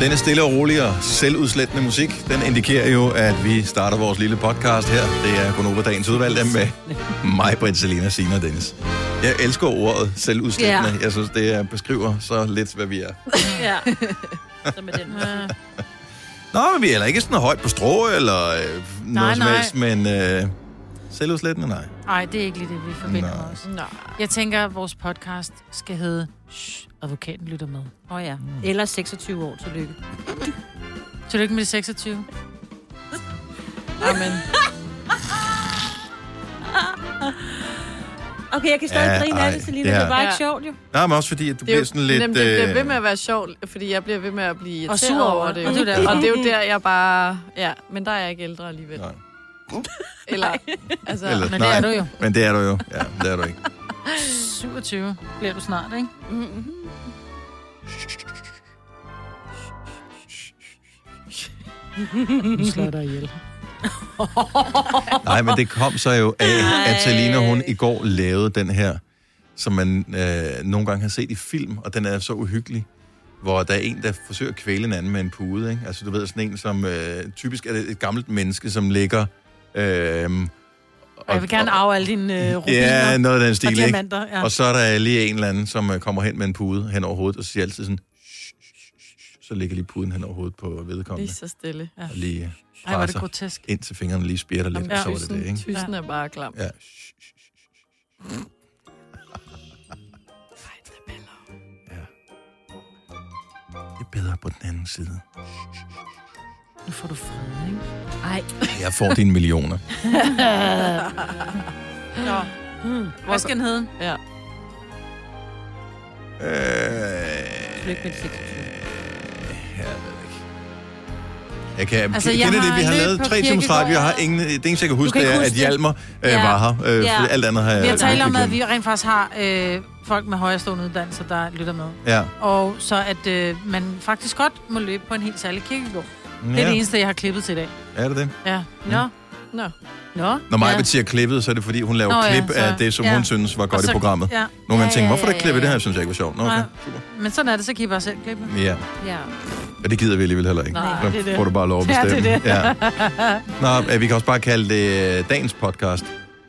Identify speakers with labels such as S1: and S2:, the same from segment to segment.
S1: Denne stille og rolige og selvudslættende musik, den indikerer jo, at vi starter vores lille podcast her. Det er Gunova Dagens Udvalgte med mig, Britt, Selina, Sina og Dennis. Jeg elsker ordet selvudslættende.
S2: Ja.
S1: Jeg synes, det øh, beskriver så lidt, hvad vi er.
S2: Ja. Så med den.
S1: Nå, men vi er heller ikke sådan højt på strå eller øh, noget
S3: Nej,
S1: som
S3: nej.
S1: helst, men øh, selvudslættende, nej.
S3: Nej, det er ikke lige det, vi forbinder
S1: Nej.
S3: med os.
S2: Nå.
S3: Jeg tænker, at vores podcast skal hedde Shh, advokaten lytter med.
S2: Åh oh, ja. Eller 26 år, tillykke.
S3: Tillykke med de 26. Amen.
S2: Okay, jeg kan stadig
S1: Ja,
S2: ja, grine af
S1: ej,
S2: det, Selina.
S1: det
S2: Det,
S1: er-
S2: er bare ikke
S4: Ja.
S2: sjovt, jo.
S1: Nej, men også fordi, at du
S4: Det er
S1: bliver
S4: jo,
S1: sådan lidt...
S4: jamen, det bliver ved
S1: øh,
S4: med at være sjovt, fordi jeg bliver ved med at blive
S3: Og sur
S4: irriteret
S3: over
S4: over
S3: det.
S4: det.
S3: Og det er
S4: jo.
S3: derfor.
S4: og det er jo der, jeg bare... Ja, men der er jeg ikke ældre alligevel.
S1: Nej.
S4: Eller, altså,
S1: Eller,
S3: Men det
S1: nej,
S3: er du jo.
S1: Men det er du jo. Ja, det er du ikke.
S3: 27 bliver du snart, ikke? Nu slår jeg dig ihjel.
S1: Nej, men det kom så jo af, at Selina hun i går lavede den her, som man øh, nogle gange har set i film, og den er så uhyggelig, hvor der er en, der forsøger at kvæle en anden med en pude. Ikke? Altså du ved, sådan en, som øh, typisk er det et gammelt menneske, som ligger... Øh,
S3: Og jeg vil gerne arve alle dine øh, rubiner
S1: Ja, noget af den stil,
S3: og
S1: ikke?
S3: diamanter. Ja.
S1: Og så er der lige en eller anden, som øh, kommer hen med en pude hen over hovedet, og siger altid sådan... "Shh, shh, shh," Så ligger lige puden hen over hovedet på
S4: lige
S1: vedkommende.
S4: så stille. Ja.
S1: Og lige øh,
S3: Ej, hvor er det
S1: presser
S3: grotesk.
S1: ind til fingrene, lige spirter lidt, og så var det det,
S4: Tysen,
S1: ikke?
S4: tysen er bare klam.
S1: Ja. Ja. Det er bedre på den anden side.
S3: Nu får du fred, ikke?
S2: Ej.
S1: Jeg får dine millioner.
S3: Nå.
S2: Hmm.
S3: Hvad skal den hedde?
S4: Ja.
S1: Øh,
S2: Tillykke med dit
S1: jeg ved det ikke. Jeg kan,
S3: Altså,
S1: altså, det,
S3: jeg
S1: det, er det,
S3: har
S1: vi har
S3: lidt
S1: lavet
S3: på
S1: tre timers
S3: Kierkegaard.
S1: radio. Jeg har ingen, det eneste, jeg kan huske,
S3: kan
S1: det
S3: ikke
S1: er, at
S3: huske det.
S1: Hjalmar øh,
S3: Ja.
S1: var her. Øh,
S2: Ja.
S1: ja. Alt andet har jeg...
S3: Vi har talt om,
S1: glemt.
S3: at vi rent faktisk har øh, folk med højere stående uddannelser, der lytter med.
S1: Ja.
S3: Og så at øh, man faktisk godt må løbe på en helt særlig kirkegård. Det er
S1: ja.
S3: det eneste, jeg har klippet til i dag.
S1: Er det det?
S3: Ja. Nå.
S4: Nå.
S3: Nå.
S1: Når Maja
S3: ja.
S1: siger klippet, så er det, fordi hun laver
S3: Nå, ja,
S1: klip
S3: så-
S1: af det, som
S3: ja.
S1: hun synes var godt
S3: Og
S1: i
S3: så-
S1: programmet.
S3: Ja.
S1: Nogle gange
S2: Ja,
S1: tænker,
S2: ja,
S1: hvorfor der
S2: ja,
S1: klippet? Det
S2: ja.
S1: her synes jeg ikke var sjovt. Nå, okay.
S3: Nej. Men sådan er det, så kan I bare selv klippe.
S1: Ja.
S2: Ja.
S1: Men det gider vi alligevel heller ikke.
S4: Nej,
S3: det er
S1: så
S3: det.
S1: får du bare lov at
S3: Ja, det er
S1: bestemme. Ja. Nå, øh, vi kan også bare kalde det øh, dagens podcast.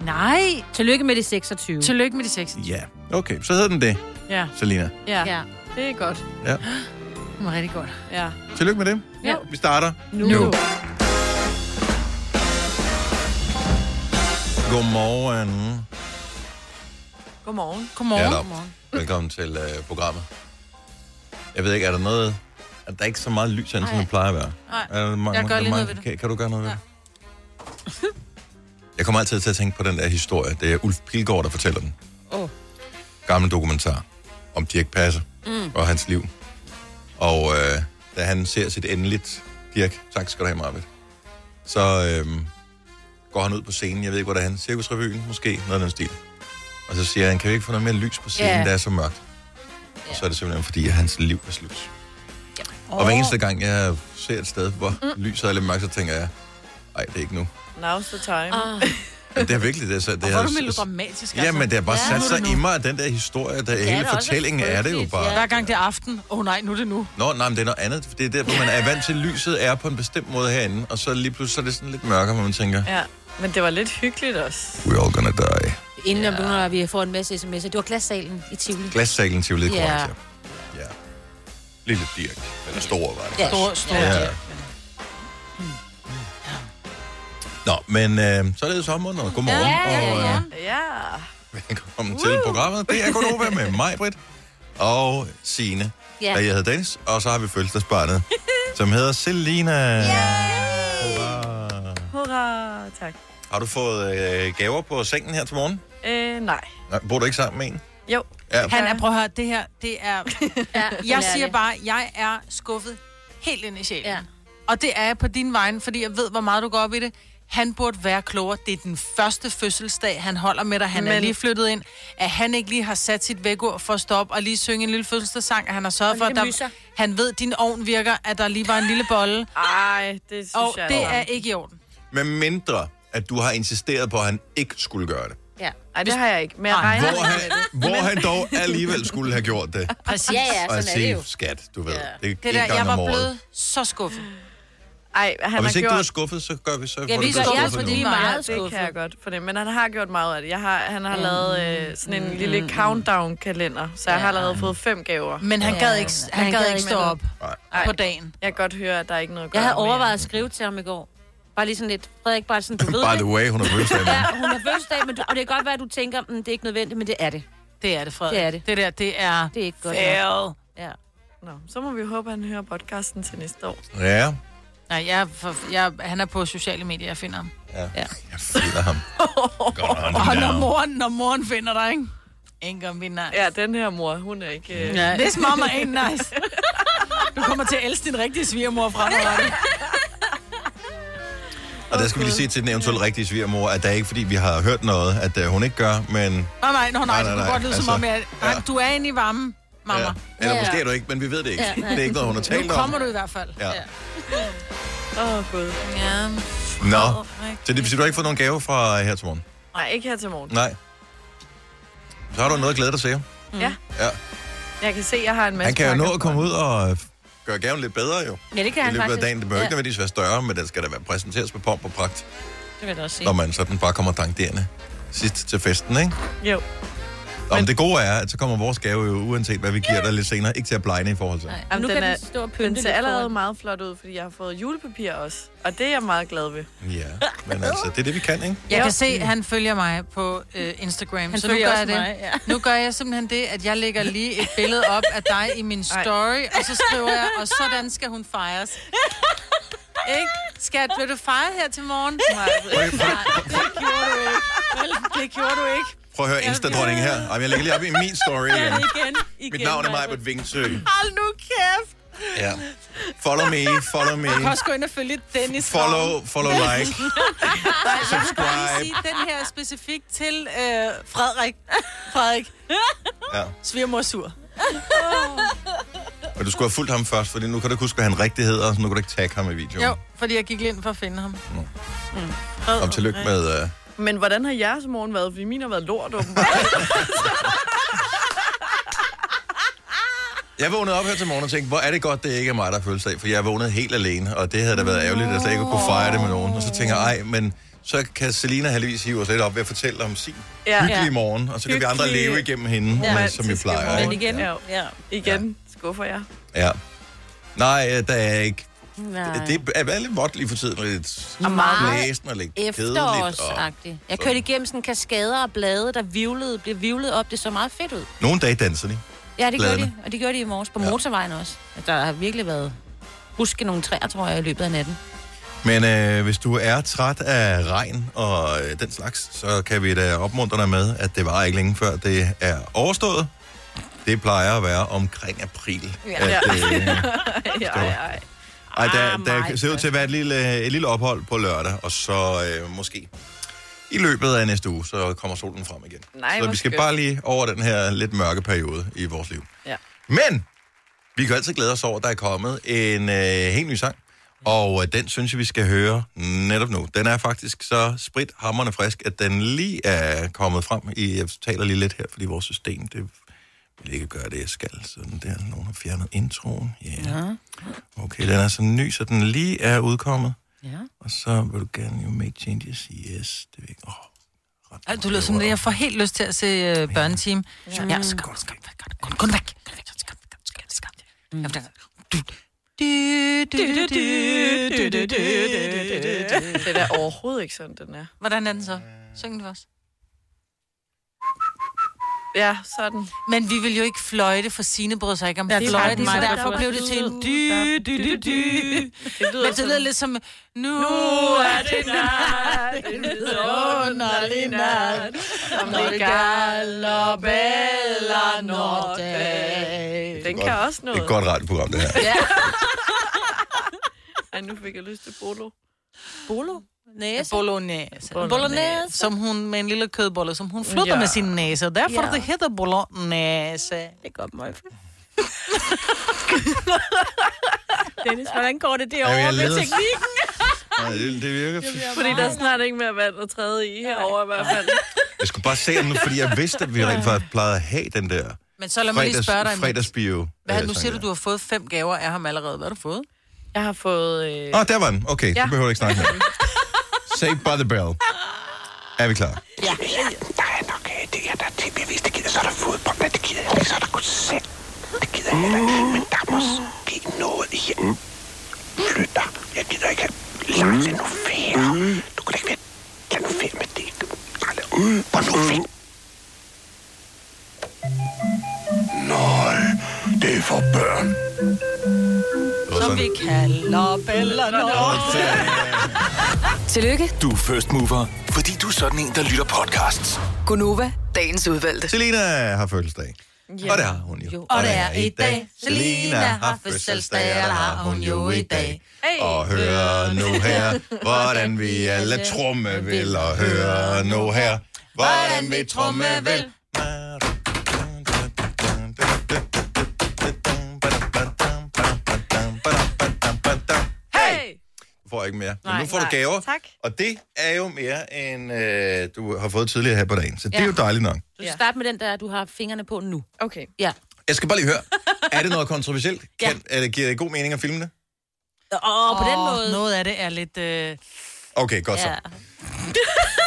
S3: Nej.
S2: Tillykke med de 26.
S3: Tillykke med de 6.
S1: Ja, okay. Så hedder den det,
S3: Ja,
S1: Selina.
S4: Ja,
S2: Ja.
S4: det er godt.
S3: det var rigtig godt.
S4: Ja.
S1: Tillykke med det.
S2: Ja.
S1: Vi starter
S4: Nu.
S1: nu. Godmorgen.
S4: Godmorgen.
S3: Godmorgen.
S1: Ja, da. Velkommen til øh, programmet. Jeg ved ikke, er der noget... Er der ikke så meget lys herinde, som
S2: Nej.
S1: det plejer at være?
S3: Nej.
S1: Er der mange,
S3: Jeg gør lige noget ved det.
S1: Kan, kan du gøre noget ved det? Jeg kommer altid til at tænke på den der historie. Det er Ulf Pilgaard, der fortæller den.
S2: Åh.
S1: Gammel dokumentar om Dirk Passer mm. og hans liv. Og øh, da han ser sit endeligt... Dirk, tak skal du have, Marvitt. Så øh, går han ud på scenen. Jeg ved ikke, hvor det er han. Cirkusrevyen måske. Noget af den stil. Og så siger han, kan vi ikke få noget mere lys på scenen,
S2: Ja.
S1: yeah. der er så mørkt? Yeah. Og så er det simpelthen fordi, at hans liv er slut. Oh. Og hver eneste gang, jeg ser et sted, hvor mm. lyset er lidt mørkt, så tænker jeg, nej, det er ikke nu.
S4: Now's the time.
S2: Ah.
S1: Ja, det er virkelig det. Så det
S3: Og hvor er
S1: er,
S3: du Altså, melodramatisk,
S1: ja, men det er bare
S2: Ja.
S1: ja, sat sig i mig, at den der historie, der
S2: er
S1: hele
S2: da også
S1: fortællingen er det jo
S2: frygteligt,
S1: bare.
S2: ja.
S3: Hver gang det er aften. Åh oh, nej, nu er det nu.
S1: Nå, nej, men det er noget andet. Det er derfor, man er vant til, at lyset er på en bestemt måde herinde, og så lige pludselig så er det sådan lidt mørkere, hvor man tænker,
S4: Ja, men det var lidt hyggeligt også.
S1: we're all gonna die.
S2: Inden om ja. vi får en masse sms'er. Det var glassalen i Tivoli.
S1: Glassalen til lidt
S2: Ja.
S1: korrekt, ja. ja. Lille Dirk, eller stor var det.
S2: Ja.
S3: Stor, stor.
S1: Ja.
S3: Ja.
S1: Nå, men øh, så er det sommeren, og godmorgen,
S2: Ja, ja,
S1: og
S2: ja.
S1: øh,
S4: Ja.
S1: velkommen til programmet. Det er Konoba med mig, Britt, og Signe,
S2: Ja.
S1: ja. og jeg hedder Dennis, og så har vi fødselsdagsbarnet, som hedder Selina. Hurra.
S4: Hurra, tak.
S1: Har du fået øh, gaver på sengen her til morgen?
S4: Øh, nej.
S1: Nej, bor du ikke sammen med en?
S4: Jo,
S1: Ja,
S3: Han er, prøv at høre, det her, det er...
S2: ja
S3: Jeg siger bare, jeg er skuffet helt ind i sjælen.
S2: Ja.
S3: Ja. Og det er jeg på din vegne, fordi jeg ved, hvor meget du går op i det. Han burde være klogere. Det er den første fødselsdag, han holder med dig. Han Men... er
S4: Men-
S3: lige flyttet ind. At han ikke lige har sat sit vækord for at stoppe og lige synge en lille fødselsdagssang, at han har sørget for, at
S2: lille
S3: der...
S2: myser.
S3: han ved, at din ovn virker, at der lige var en lille bolle.
S4: Ej, det synes
S3: Og
S4: jeg
S3: det
S4: altså.
S3: er ikke i orden.
S1: med mindre, at du har insisteret på, at han ikke skulle gøre det.
S2: Ja.
S4: Ej, det har jeg ikke. Men jeg
S3: Ej,
S4: regner
S1: Hvor han, hvor han dog alligevel skulle have gjort det.
S3: Præcis.
S2: Ja, ja,
S1: Og at
S2: sådan er det jo.
S1: sige, skat, du ved, det er ikke
S3: Det der,
S1: engang
S3: jeg
S1: om
S3: var
S1: året.
S3: blevet så skuffet.
S2: Mm.
S4: Ej, han
S1: Og
S4: har
S1: hvis ikke
S4: gjort...
S1: du er skuffet, så gør vi
S2: Ja,
S1: så. får
S2: vi er
S1: du bedst
S2: skuffet,
S1: skuffet
S2: fordi
S1: nu.
S2: vi er meget
S4: det
S2: skuffet.
S4: kan jeg godt fornemme. Men han har gjort meget af det. Jeg har, han har lavet øh, sådan en lille countdown-kalender, så jeg har allerede fået fem gaver.
S3: Men han
S2: Ja,
S3: gad ikke, han gad ikke stå
S2: med det.
S3: op
S1: Nej.
S3: på dagen.
S4: Jeg kan godt høre, at der er ikke noget at gøre
S2: Jeg havde
S4: mere.
S2: overvejet at skrive til ham i går. Bare lige sådan lidt, Frederik, bare sådan, du ved
S1: By
S2: det.
S1: the way, hun har fødselsdag. i morgen.
S2: Ja, hun har fødselsdag, men du, og det kan godt være, at du tænker, mm, det er ikke nødvendigt, men det er det.
S3: Det er det, Frederik.
S2: Det er det.
S3: Det der, det er...
S2: Det er ikke godt nok.
S3: Fail.
S2: Ja.
S4: Nå, så må vi håbe, at han hører podcasten til næste år.
S1: Ja,
S3: Nej, jeg, er for, jeg, han er på sociale medier, jeg finder ham.
S1: ja.
S2: Ja.
S1: Jeg finder ham. Godt on
S3: Og når
S1: down.
S3: moren, når moren finder dig, ikke? Ingen om nice.
S4: Ja, den her mor, hun er ikke... Øh...
S3: Ja. This mama ain't nice. Du kommer til at elske din rigtige svigermor fremadrettet.
S1: Og der skal vi lige sige til den eventuelle rigtige svigermor, at det er ikke fordi, vi har hørt noget, at øh, hun ikke gør, men...
S3: Nej, nej, nå, nej, nej,
S1: Nej, nej,
S3: det kunne
S1: nej,
S3: godt lyde altså,
S1: altså,
S3: som om, jeg,
S1: ja.
S3: ja. du er inde i varmen, mamma.
S1: Ja.
S3: Ja.
S1: Eller
S2: Ja.
S1: måske er du ikke, men vi ved det ikke.
S2: Ja, nej.
S1: Det er ikke noget, hun har talt
S3: Nu
S1: om.
S3: kommer du i hvert fald.
S1: Ja.
S4: Åh, oh, gud.
S3: ja.
S1: Nå, så det betyder, du har ikke fået nogen gave fra øh, her til morgen?
S4: Nej, ikke her til morgen.
S1: Nej. Så har du noget at glæde dig til.
S4: Ja.
S1: Ja.
S4: Jeg kan se, at jeg har en masse
S1: Han kan jo nå
S4: pakker.
S1: at komme ud og øh, gøre gaven lidt bedre, jo.
S2: ja, det kan
S1: I
S2: han
S1: løbet af
S2: faktisk.
S1: dagen. Det behøver ikke
S2: ja.
S1: nødvendigvis være større, men den skal da være præsenteres med pomp og pragt,
S2: det vil jeg da også sige.
S1: når man sådan bare kommer dankderende sidst til festen, ikke?
S4: Jo.
S1: Nå, men det gode er, at så kommer vores gave jo, uanset hvad vi giver dig lidt senere, ikke til at blegne i forhold til.
S2: Nej, men
S4: Jamen,
S2: nu
S4: den
S2: kan
S4: er-
S2: den stå og
S4: Den
S2: pynte
S4: ser allerede
S2: foran.
S4: meget flot ud, fordi jeg har fået julepapir også. Og det er jeg meget glad ved.
S1: Ja, men altså, det er det, vi kan, ikke?
S3: Jeg kan se, at han følger mig på øh, Instagram.
S2: Han
S3: så nu
S2: følger
S3: gør,
S2: også
S3: jeg det.
S2: mig, ja.
S3: nu gør jeg simpelthen det, at jeg lægger lige et billede op af dig i min story, og så skriver jeg, og sådan skal hun fejres. Ikke? Skat, vil du fejre her til morgen? Nej,
S1: Prøv, prøv,
S3: det gjorde du ikke. Vel, det gjorde du ikke.
S1: prøv at høre Insta-dronning her. Ej, men jeg lægger lige op i min story igen.
S2: Igen, igen.
S1: Mit navn er Majbert Vingsø.
S3: Hold nu kæft.
S1: Ja. Follow me, follow me.
S3: Du kan også gå ind og følge Dennis. Ravn.
S1: Follow, follow like.
S3: Bare lige
S1: Subscribe.
S3: sige, den her er specifikt til øh, Frederik. Frederik,
S1: Ja.
S3: svigermor sur.
S1: Og du skulle have fulgt ham først, for nu kan du ikke huske, hvad han rigtig hedder, så nu kan du ikke tagge ham i videoen.
S3: Jo, fordi jeg gik lige ind for at finde ham.
S1: Om tillykke med... øh,
S4: Men hvordan har jeres morgen været? Fordi min har været lort, åbenbart.
S1: Jeg vågnede op her til morgen og tænkte, hvor er det godt, det ikke er mig, der har fødselsdag, for jeg vågnede helt alene, og det havde da været ærgerligt, at jeg slet ikke kunne fejre det med nogen. Og så tænker jeg, ej, men så kan Selina heldigvis hive os lidt op ved at fortælle om sin
S4: Ja.
S1: hyggelige morgen, og så kan vi andre
S4: Hyggelige,
S1: leve igennem hende, ja. som vi
S4: romantiske
S1: plejer.
S4: morgen.
S2: Men
S1: ikke?
S2: igen,
S4: Ja.
S2: ja. ja.
S4: Igen skuffer jeg.
S1: Ja. Nej, øh, der er ikke...
S2: Nej.
S1: Det er bare lidt vådt lige for tiden, og lidt
S2: er meget
S1: blæsende og lidt kedeligt. Og...
S2: efterårsagtigt. Jeg kørte igennem sådan kaskader og blade, der vivlede, blev vivlet op. Det så meget fedt ud.
S1: Nogle dage danser de.
S2: Ja, det gjorde
S1: Bladene.
S2: de. Og det gjorde de i morges på
S1: Ja.
S2: motorvejen også. Der har virkelig været huske nogle træer, tror jeg, i løbet af natten.
S1: Men øh, hvis du er træt af regn og øh, den slags, så kan vi da opmuntre dig med, at det var ikke længe før det er overstået. Det plejer at være omkring april. Ja. At, øh,
S4: Ej, ej, ej.
S1: ej, der,
S2: Ah,
S1: der
S2: meget
S1: ser ud til at være et lille, et lille ophold på lørdag, og så øh, måske i løbet af næste uge, så kommer solen frem igen.
S4: Nej,
S1: så
S4: hvor
S1: vi skal
S4: skønt.
S1: bare lige over den her lidt mørke periode i vores liv.
S4: Ja.
S1: Men vi kan altid glæde os over, at der er kommet en øh, helt ny sang. Og øh, den synes jeg, vi skal høre netop nu. Den er faktisk så sprit hammerne frisk, at den lige er kommet frem. I, jeg taler lige lidt her, fordi vores system det vil ikke gøre det, jeg skal. Sådan der. Nogen har fjernet introen. Yeah. Ja. Okay, den er så ny, så den lige er udkommet.
S2: Ja.
S1: Og så vil du gerne jo make changes. Yes, det vil ikke. Oh, ret
S3: Ej, Du lyder som det. Jeg får helt lyst til at se øh, børneteam. Ja, ja så kom, så kom, væk, kom, kom, væk. Kom væk, så kom, kom, så kom, så kom. Ja, for der- Du- du- du- du- du- du- du- du- du- du- du-
S4: Det er da overhovedet ikke sådan, den er.
S3: Hvordan er den så? Syng den for os.
S4: Ja, sådan.
S3: Men vi vil jo ikke fløjte, for Signe bryder sig ikke om
S4: det er
S3: fløjten,
S4: faktisk
S3: så
S4: mig, der
S3: derfor
S4: var
S3: blev det til en
S4: lyden.
S3: dy, dy, dy, dy.
S4: Det lyder
S3: Men det lyder lidt som, nu er det nat, en vidunderlig nat,
S4: som
S3: når det galoppeller når dag.
S4: Den kan også
S1: Det er
S4: noget.
S1: et godt radioprogram, det her.
S4: Ej, nu fik jeg lyst til bolo.
S2: Bolo? Næse?
S3: Bolognese.
S2: Bolognese.
S3: Som hun med en lille kødbolle, som hun flytter
S4: Ja.
S3: med sin næse. og Derfor
S2: Ja.
S3: det hedder bolognese.
S2: Det går mig. Dennis, hvordan går det
S1: Jamen,
S2: derovre
S1: jeg
S2: med
S1: leder-
S2: teknikken?
S1: Nej, det, det virker.
S4: Fordi der er snart ikke mere vand at træde i herovre i hvert fald.
S1: Jeg skulle bare se om nu, fordi jeg vidste, at vi rent faktisk plejede at have den der
S3: Men så lad mig lige spørge dig. Fredags,
S1: fredagsbio. øh,
S3: hvad, nu siger du, du har fået fem gaver af ham allerede. Hvad har du fået?
S4: Jeg har fået... Øh,
S1: Åh, oh, der var den. Okay, ja.
S4: Ja.
S1: så behøver du ikke snakke mere. Saved by the bell. Er vi klar?
S5: Der er nok øh, det her, der er ting, jeg vidste, det gider. Så er der fodbold, men det gider jeg ikke. Så er der koncert, det gider jeg heller ikke. Men der er måske noget her. Flytter. Jeg gider ikke. Lars, lad nu være. Du kan da ikke være... Lad nu være med det. Nej, lad- Hvor nu fint. Nej, det er for børn.
S1: Det var sådan.
S3: kalder Bella
S6: Tillykke,
S5: Du er first mover, fordi du er sådan en, der lytter podcasts.
S6: Gunova, dagens udvalgte.
S1: Selina har fødselsdag. Ja. Og det har hun jo. jo.
S3: Og det er i dag. Selina har fødselsdag, og det har hun jo i dag.
S1: Hey. Og hør nu her, hvordan vi alle tromme vil. Og hør nu her, hvordan vi tromme vil.
S4: hey!
S1: Du får ikke mere. Men
S4: Nej,
S1: nu får du
S4: nej.
S1: gaver.
S4: Tak.
S1: Og det er jo mere, end øh, du har fået tidligere her på dagen. Så det er jo dejligt nok.
S2: Du skal starte med den der, du har fingrene på nu.
S4: Okay.
S2: Ja.
S1: Jeg skal bare lige høre, er det noget kontroversielt? Kan, er det, giver det god mening at filme det?
S2: Og på den måde...
S3: Noget af det er lidt... Øh...
S1: Okay, godt så.
S2: Ja.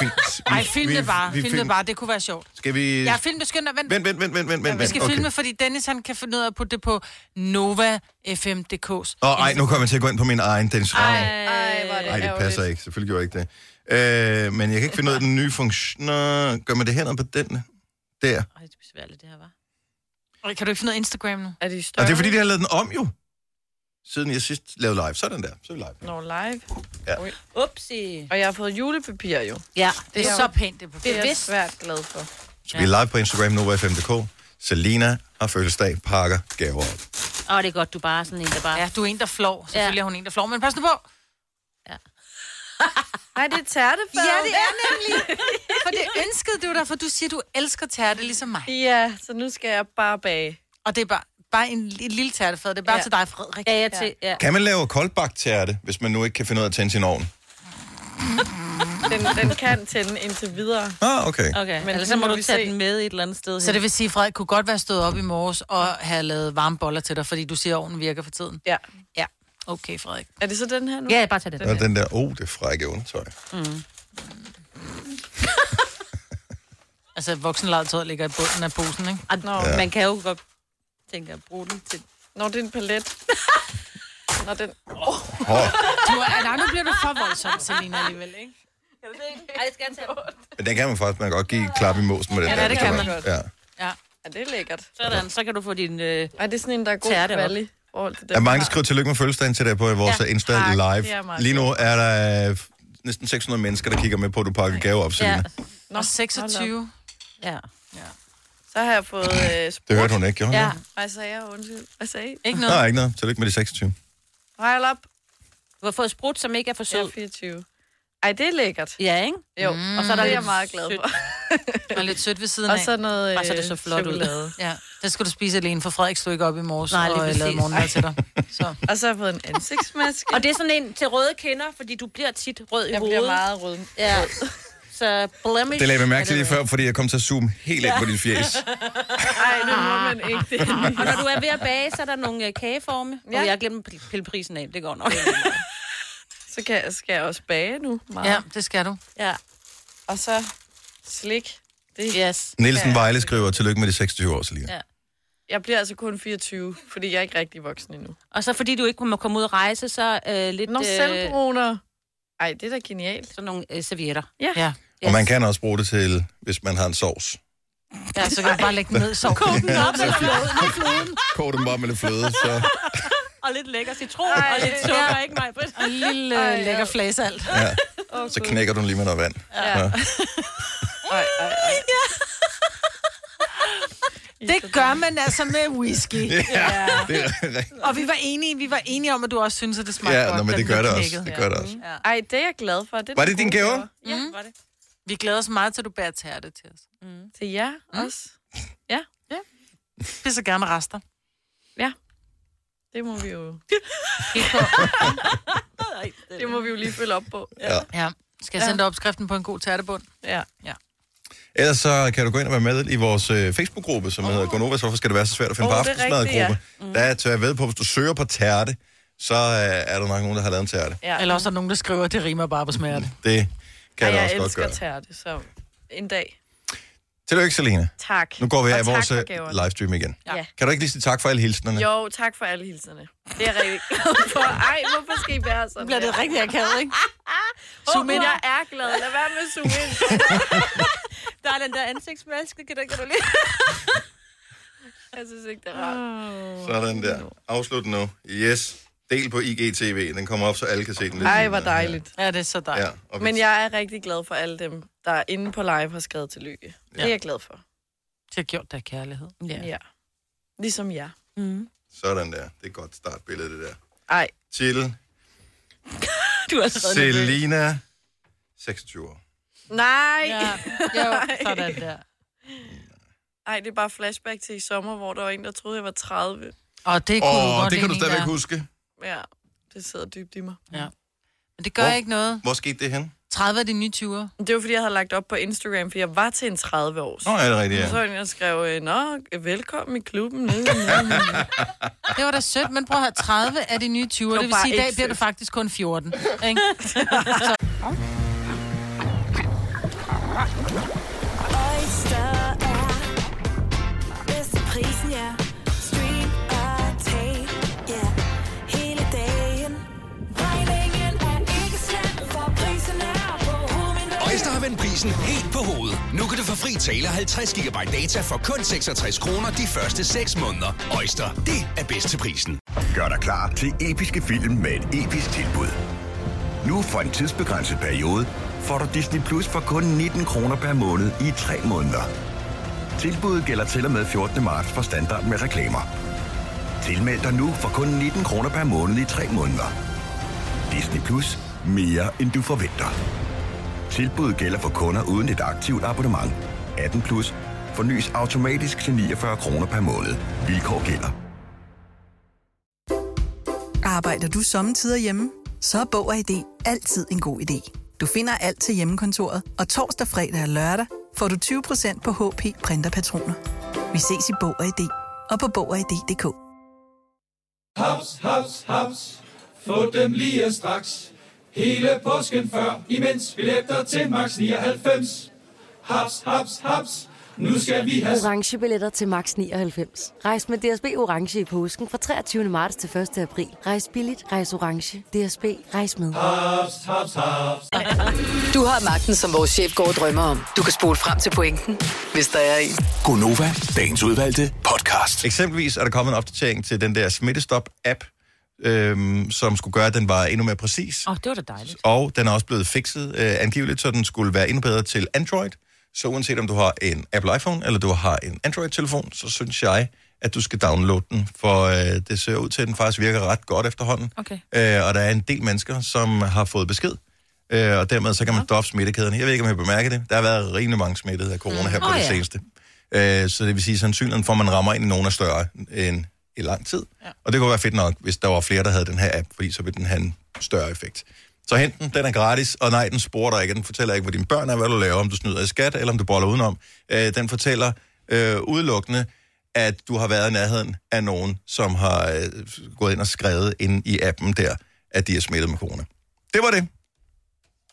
S1: Fint. Vi-
S3: Ej, film
S1: vi-
S3: det bare.
S1: vi
S3: Film det bare. Det kunne være sjovt.
S1: Skal vi...
S3: Ja, film det skønt. Vent,
S1: Vent, vent, vent, vent, vent, vent.
S3: vi skal
S1: okay.
S3: filme, fordi Dennis han kan finde ud af at putte det på NovaFM.dk's.
S1: Åh, ej, nu kommer jeg til at gå ind på min egen Dennis Ravn. Ej,
S4: Ej, hvor er det
S1: det
S4: ærgerligt.
S1: passer ikke. Selvfølgelig gjorde jeg ikke det. Øh, men jeg kan ikke finde ud af den nye funktion. Nå, Gør man det hernede på den? Der.
S2: Ej, det er besværligt, det her, var.
S3: Ej, Kan du ikke finde noget Instagram nu?
S4: Er de større?
S1: Og det er fordi, de har lavet den om jo. Siden jeg sidst lavede live. Sådan der. Så er vi live.
S4: Når live.
S2: Upsi.
S4: Og jeg har fået julepapir jo.
S2: Ja,
S3: Det er så pænt, det på
S4: Det er jeg
S2: Bevidst.
S4: svært glad for.
S1: Vi er live på Instagram, NovaFM.dk. Selina har fødselsdag, pakker, gaver op.
S2: Åh, det er godt, du bare er sådan en, der bare...
S3: Ja, du er en, der flår. Selvfølgelig
S2: Ja.
S3: er hun en, der flår, men pas nu på.
S4: Nej, det er tærtefad.
S3: er nemlig. For det ønskede du dig, for du siger, du elsker tærte ligesom mig.
S4: Ja, så nu skal jeg bare bage.
S3: Og det er bare, bare en, li- lille tærtefad. Det er bare ja.
S4: Ja.
S3: til dig, Frederik.
S2: Ja, ja, til, ja.
S1: Kan man lave koldbagt tærte, hvis man nu ikke kan finde ud af at tænde sin ovn?
S4: Den, den kan tænde indtil videre.
S1: Ah, okay.
S2: Okay,
S4: Men
S2: men ellers
S4: nu
S2: så må
S4: må
S2: du
S4: vi
S2: tage
S4: se.
S2: den med et eller andet sted.
S3: Så det vil sige, at Frederik kunne godt være stået op i morges og have lavet varme boller til dig, fordi du siger, at ovnen virker for tiden.
S4: Ja.
S3: Ja. Okay, Frederik.
S4: Er det så den her nu?
S2: Ja, bare tag den.
S1: Der er den der, oh, det frække undertøj.
S3: Altså, voksenlejetøjet ligger i bunden af posen, ikke?
S2: Ej, Nå,
S1: Ja.
S2: man kan jo godt tænke at bruge den til...
S4: Når det er en palet. Når den...
S1: Hår.
S3: Du, er, nej, nu bliver du for voldsom, Selina, alligevel, ikke?
S2: Ej, jeg skal tage den.
S1: Men den kan man faktisk, man kan godt give et klap i måsen med den
S3: Ja,
S1: der.
S3: det
S1: hvis
S3: kan
S1: var-
S3: man.
S1: Ja.
S3: Ja.
S4: Ja, det er lækkert.
S2: Sådan, så kan du få din... Øh...
S4: Ej, det er sådan en, der er god
S2: Tærte op.
S4: kvali. i forhold til den,
S1: Der er mange,
S4: jeg
S1: der
S4: har.
S1: skriver tillykke med fødselsdagen til dig på vores ja,
S2: Ja,
S1: Insta
S4: tak.
S1: live.
S4: Det er meget
S1: Lige nu er der øh, næsten 600 mennesker, der kigger med på, at du pakker gaver op, Selina.
S2: Ja,
S1: Ja.
S3: Og 26.
S2: ja.
S4: Så har jeg fået øh, sprut.
S1: Det hørte hun ikke, gjorde hun
S2: ja.
S1: det?
S4: Hvad sagde jeg? Undskyld. Hvad sagde I?
S3: Ikke
S1: Nej,
S3: noget.
S1: ikke noget. Tillykke med de 26.
S4: Hejl op.
S2: Du har fået sprut, som ikke er for
S4: Jeg
S2: sød.
S4: er 24. Ej, det er lækkert.
S2: Ja, ikke?
S4: Jo, mm, og så er der det er jeg meget glad for.
S3: Og lidt sødt ved siden
S4: Og
S3: af.
S4: så noget øh,
S2: Bare så det så flot ud.
S4: chokolade.
S3: Ja, det skal du spise alene, for Frederik stod ikke op i morges
S2: Nej, lige
S3: og øh, lavede
S2: præcis.
S3: morgenmad til dig. Så.
S4: Og så har jeg fået en ansigtsmaske.
S2: Og det er sådan en til røde kinder, fordi du bliver tit rød i
S4: jeg
S2: hovedet.
S4: bliver meget rød.
S2: Ja. Så blemish.
S1: Det lagde jeg
S2: er
S1: mærke til lige
S2: vel.
S1: før, fordi jeg kom til at zoome helt ind på dit fjes.
S4: Ej, det må man ikke. Det er
S2: Og når du er ved at bage, så er der nogle øh, kageforme. Ja.
S4: Ja.
S2: Og jeg glemte at pille prisen af. Det går nok.
S4: Så kan, jeg- skal jeg også bage nu. Meget.
S3: Ja, det skal du.
S2: ja.
S4: Og så slik. Det,
S2: Yes.
S1: Nielsen Vejle skriver, tillykke med de 26 år, Selina. Ja.
S2: Ja.
S4: Jeg bliver altså kun 24, fordi jeg er ikke rigtig voksen endnu.
S2: Og så fordi du ikke må komme ud og rejse, så øh, lidt...
S4: Nå, selvbruner. Ej, det er da genialt.
S2: sådan nogle øh, servietter.
S3: Ja.
S1: Og man kan også bruge det til, hvis man har en sovs.
S3: ja så kan du bare lægge den ned i soven.
S2: Op med floden, med floden.
S1: Kog dem bare med lidt fløde, så...
S2: Og lidt lækker citron,
S4: Ej.
S2: og lidt sukker, ikke mig, Britt?
S3: En lille øh, lækker flæsalt.
S1: Ja. Så knækker du den lige med noget vand. Ja. Ja.
S4: Ej, ej, ej.
S3: Det gør man altså med whisky.
S1: Det er rigtigt.
S3: Og vi var enige, vi var enige om, at du også synes, at det smagte
S1: Ja,
S3: godt.
S1: nå,
S3: da
S1: men det
S3: den
S1: gør
S3: blev
S1: det også.
S3: knækket.
S1: Det gør det også.
S4: Ej, det er jeg glad for. Det er
S1: Var
S4: da
S1: det dine
S4: gode
S1: gaver?
S4: Ja, var det.
S3: Vi glæder os meget til, at du bærer tærte til os.
S4: Til jer også.
S3: Det så gerne rester.
S4: Ja. Det må vi jo,
S2: Ej, det-
S4: det må vi jo lige følge op på.
S1: Ja.
S3: Ja. Skal jeg sende dig opskriften på en god tærtebund?
S4: Ja.
S1: Ellers så kan du gå ind og være med i vores øh, Facebook-gruppe, som oh. hedder Gonova, så hvorfor skal det være så svært at finde oh,
S4: Åh,
S1: på
S4: det er rigtigt,
S1: aftensmadgruppe. Ja. Mm. Der tør jeg ved på, hvis du søger på tærte, så øh, er der nok nogen, der har lavet en tærte.
S4: Ja.
S3: Eller også er der nogen, der skriver, at det rimer bare på smerte.
S1: Det kan
S4: Ej,
S1: jeg,
S4: jeg
S1: også
S4: elsker
S1: godt gøre.
S4: tærte, så en dag.
S1: Tillykke, Selina.
S4: Tak.
S1: Nu går vi
S4: Og
S1: af
S4: tak
S1: vores
S4: for
S1: øh,
S4: gaverne.
S1: livestream igen.
S4: Ja.
S1: Kan du ikke lige sige tak for alle hilsnerne?
S4: Jo, tak for alle hilserne. Det er jeg rigtig glad for. Ej, hvorfor skal I være sådan?
S3: Bliver det rigtig akavet, ikke?
S4: Zoom ind. Jeg er glad. Lad være med at zoome ind.
S2: Der er den der ansigtsmaske, kan du, kan du lige...
S4: Jeg synes ikke, det er rart.
S1: Sådan der. Afslut nu. Yes. Del på IGTV. Den kommer op, så alle kan se den. lidt
S4: Ej,
S1: senere.
S4: hvor dejligt.
S3: Ja, det er så
S1: Ja.
S3: dejligt.
S1: Ja, og vi-
S4: Men jeg er rigtig glad for alle dem, der inde på live har skrevet tillykke. Det er jeg glad for.
S3: Det har gjort dig kærlighed.
S4: Ja. Ligesom jeg.
S1: Sådan der. Det er et godt startbillede, det der.
S4: Ej,
S1: Til
S2: Du er allerede nervøs.
S1: Selina, 26 år.
S4: nej.
S3: Ja, jo, sådan der.
S4: Ej, det er bare flashback til i sommer, hvor der var en, der troede, jeg var 30.
S3: Og det kunne
S1: Åh,
S3: oh,
S1: oh,
S3: godt
S1: det kan du
S3: lide,
S1: stadigvæk
S3: Nina.
S1: huske.
S4: Ja, det sidder dybt i mig.
S3: Men det gør
S1: Hvor-
S3: ikke noget.
S1: Hvor skete det hen?
S3: 30 er de nye 20'er.
S4: Men Det var, fordi jeg havde lagt op på Instagram, fordi jeg var til en 30 års.
S1: Nå, er det rigtigt,
S4: Så var
S1: ja.
S4: der en, der skrev, øh, Nå, velkommen i klubben.
S3: Det var da sødt, men prøv at høre, 30 er de nye 20'er.
S4: var
S3: Det vil
S4: bare
S3: sige, i dag
S4: ikke
S3: bliver det
S4: sødt.
S3: faktisk kun 14. Ikke?
S7: Oyster er bedst til prisen, ja. Stream og tag, ja. Hele dagen. Regningen er ikke slem, for prisen er på hovedet.
S8: Øjster har vendt prisen helt på hovedet. Nu kan du få fri tale 50 GB data for kun 66 kroner de første 6 måneder. Øjster, det er bedst til prisen.
S9: Gør dig klar til episke film med et episk tilbud. Nu for en tidsbegrænset periode får du Disney Plus for kun 19 kroner per måned i 3 måneder. Tilbuddet gælder til og med 14. marts for standard med reklamer. Tilmeld dig nu for kun 19 kroner per måned i 3 måneder. Disney Plus. Mere end du forventer. Tilbuddet gælder for kunder uden et aktivt abonnement. 18 plus. Fornyes automatisk til 49 kroner per måned. Vilkår gælder.
S10: Arbejder du sommetider hjemme? Så er Bog og ID altid en god idé. Du finder alt til hjemmekontoret, og torsdag, fredag og lørdag får du 20% på HP Printerpatroner. Vi ses i Bog og ID og på Bog og ID.dk.
S11: Haps, haps, haps. Få dem lige straks. Hele påsken før, imens billetter til max 99. Haps, haps, haps. Nu skal vi have
S6: Orange billetter til max 99. Rejs med DSB Orange i påsken fra 23. marts til 1. april. Rejs billigt, rejs orange. DSB, rejs med.
S11: haps, haps, haps.
S12: Du har magten, som vores chef går og drømmer om. Du kan spole frem til pointen, hvis der er en.
S8: Gonova, dagens udvalgte podcast.
S1: Eksempelvis er der kommet en opdatering til den der smittestop-app, øhm, som skulle gøre, at den var endnu mere præcis.
S2: Åh, oh, det var da dejligt.
S1: Og den er også blevet fikset øh, angiveligt, så den skulle være endnu bedre til Android. Så uanset om du har en Apple iPhone, eller du har en Android-telefon, så synes jeg, at du skal downloade den, for øh, det ser ud til, at den faktisk virker ret godt efterhånden.
S2: Okay.
S1: Øh, og der er en del mennesker, som har fået besked, øh, og dermed så kan man stoppe smittekæden. Jeg ved ikke, om jeg bemærker det. Der har været rimelig mange smittede af corona her på
S2: Åh,
S1: det
S2: ja.
S1: seneste. Øh, så det vil sige, at sandsynligheden for, at man rammer ind i nogen er større end i lang tid. Ja. Og det kunne være fedt nok, hvis der var flere, der havde den her app, fordi så ville den have en større effekt. Så hent den, den er gratis, og nej, den sporer dig ikke, den fortæller ikke, hvor dine børn er, hvad du laver, om du snyder i skat, eller om du boller udenom. Øh, den fortæller øh, udelukkende, at du har været i nærheden af nogen, som har øh, gået ind og skrevet ind i appen der, at de er smittet med corona. Det var det.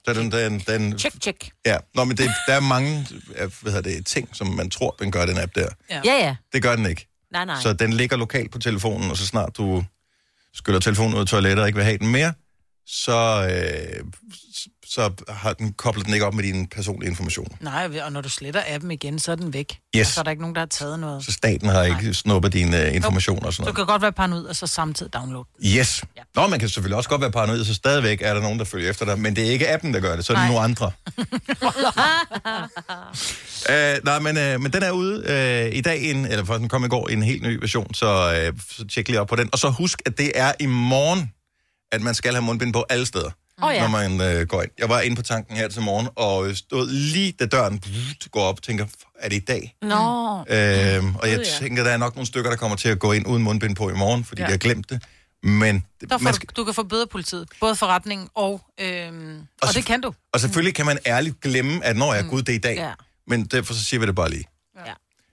S1: Så den, den, den
S2: Tjek, tjek.
S1: Ja, Nå, men det, der er mange øh, hvad hedder det, ting, som man tror, den gør, den app der.
S2: Ja, ja.
S1: Det gør den ikke.
S2: Nej, nej.
S1: Så den ligger lokalt på telefonen, og så snart du skyller telefonen ud af toilettet og ikke vil have den mere, så, øh, s- så har den, kobler den ikke op med dine personlige informationer.
S3: Nej, og når du sletter appen igen, så er den væk.
S1: Yes.
S3: Så er der ikke nogen, der har taget noget.
S1: Så staten har ikke snuppet dine øh, informationer og sådan
S3: Du
S1: noget.
S3: kan godt være paranoid, og så samtidig download.
S1: Yes. Nå, man kan selvfølgelig også godt være paranoid, så stadigvæk er der nogen, der følger efter dig, men det er ikke appen, der gør det, så er det
S3: Nej.
S1: nogle andre. uh, nej, men, uh, men den er ude uh, i dag, en, eller for den kom i går, en helt ny version, så, uh, så tjek lige op på den. Og så husk, at det er i morgen, at man skal have mundbind på alle steder.
S2: Åh, ja.
S1: Når man øh, går ind. Jeg var inde på tanken her til morgen, og øh, stod lige da døren brrrt, går op, tænker, er det i dag?
S2: Nå.
S1: Øhm, og jeg
S2: ja.
S1: tænker, der er nok nogle stykker, der kommer til at gå ind uden mundbind på i morgen, fordi ja.
S4: Ja.
S1: de har glemt det. Men
S3: Der får
S1: man
S3: skal... du, du kan få bøder politiet. Både forretning og... Øhm, og, og
S1: så-
S3: det kan du.
S2: Mm.
S1: og selvfølgelig kan man ærligt glemme, at når jeg gud, det er i dag. Ja.
S3: Ja.
S1: men derfor så siger vi det bare lige.
S2: Ja. Det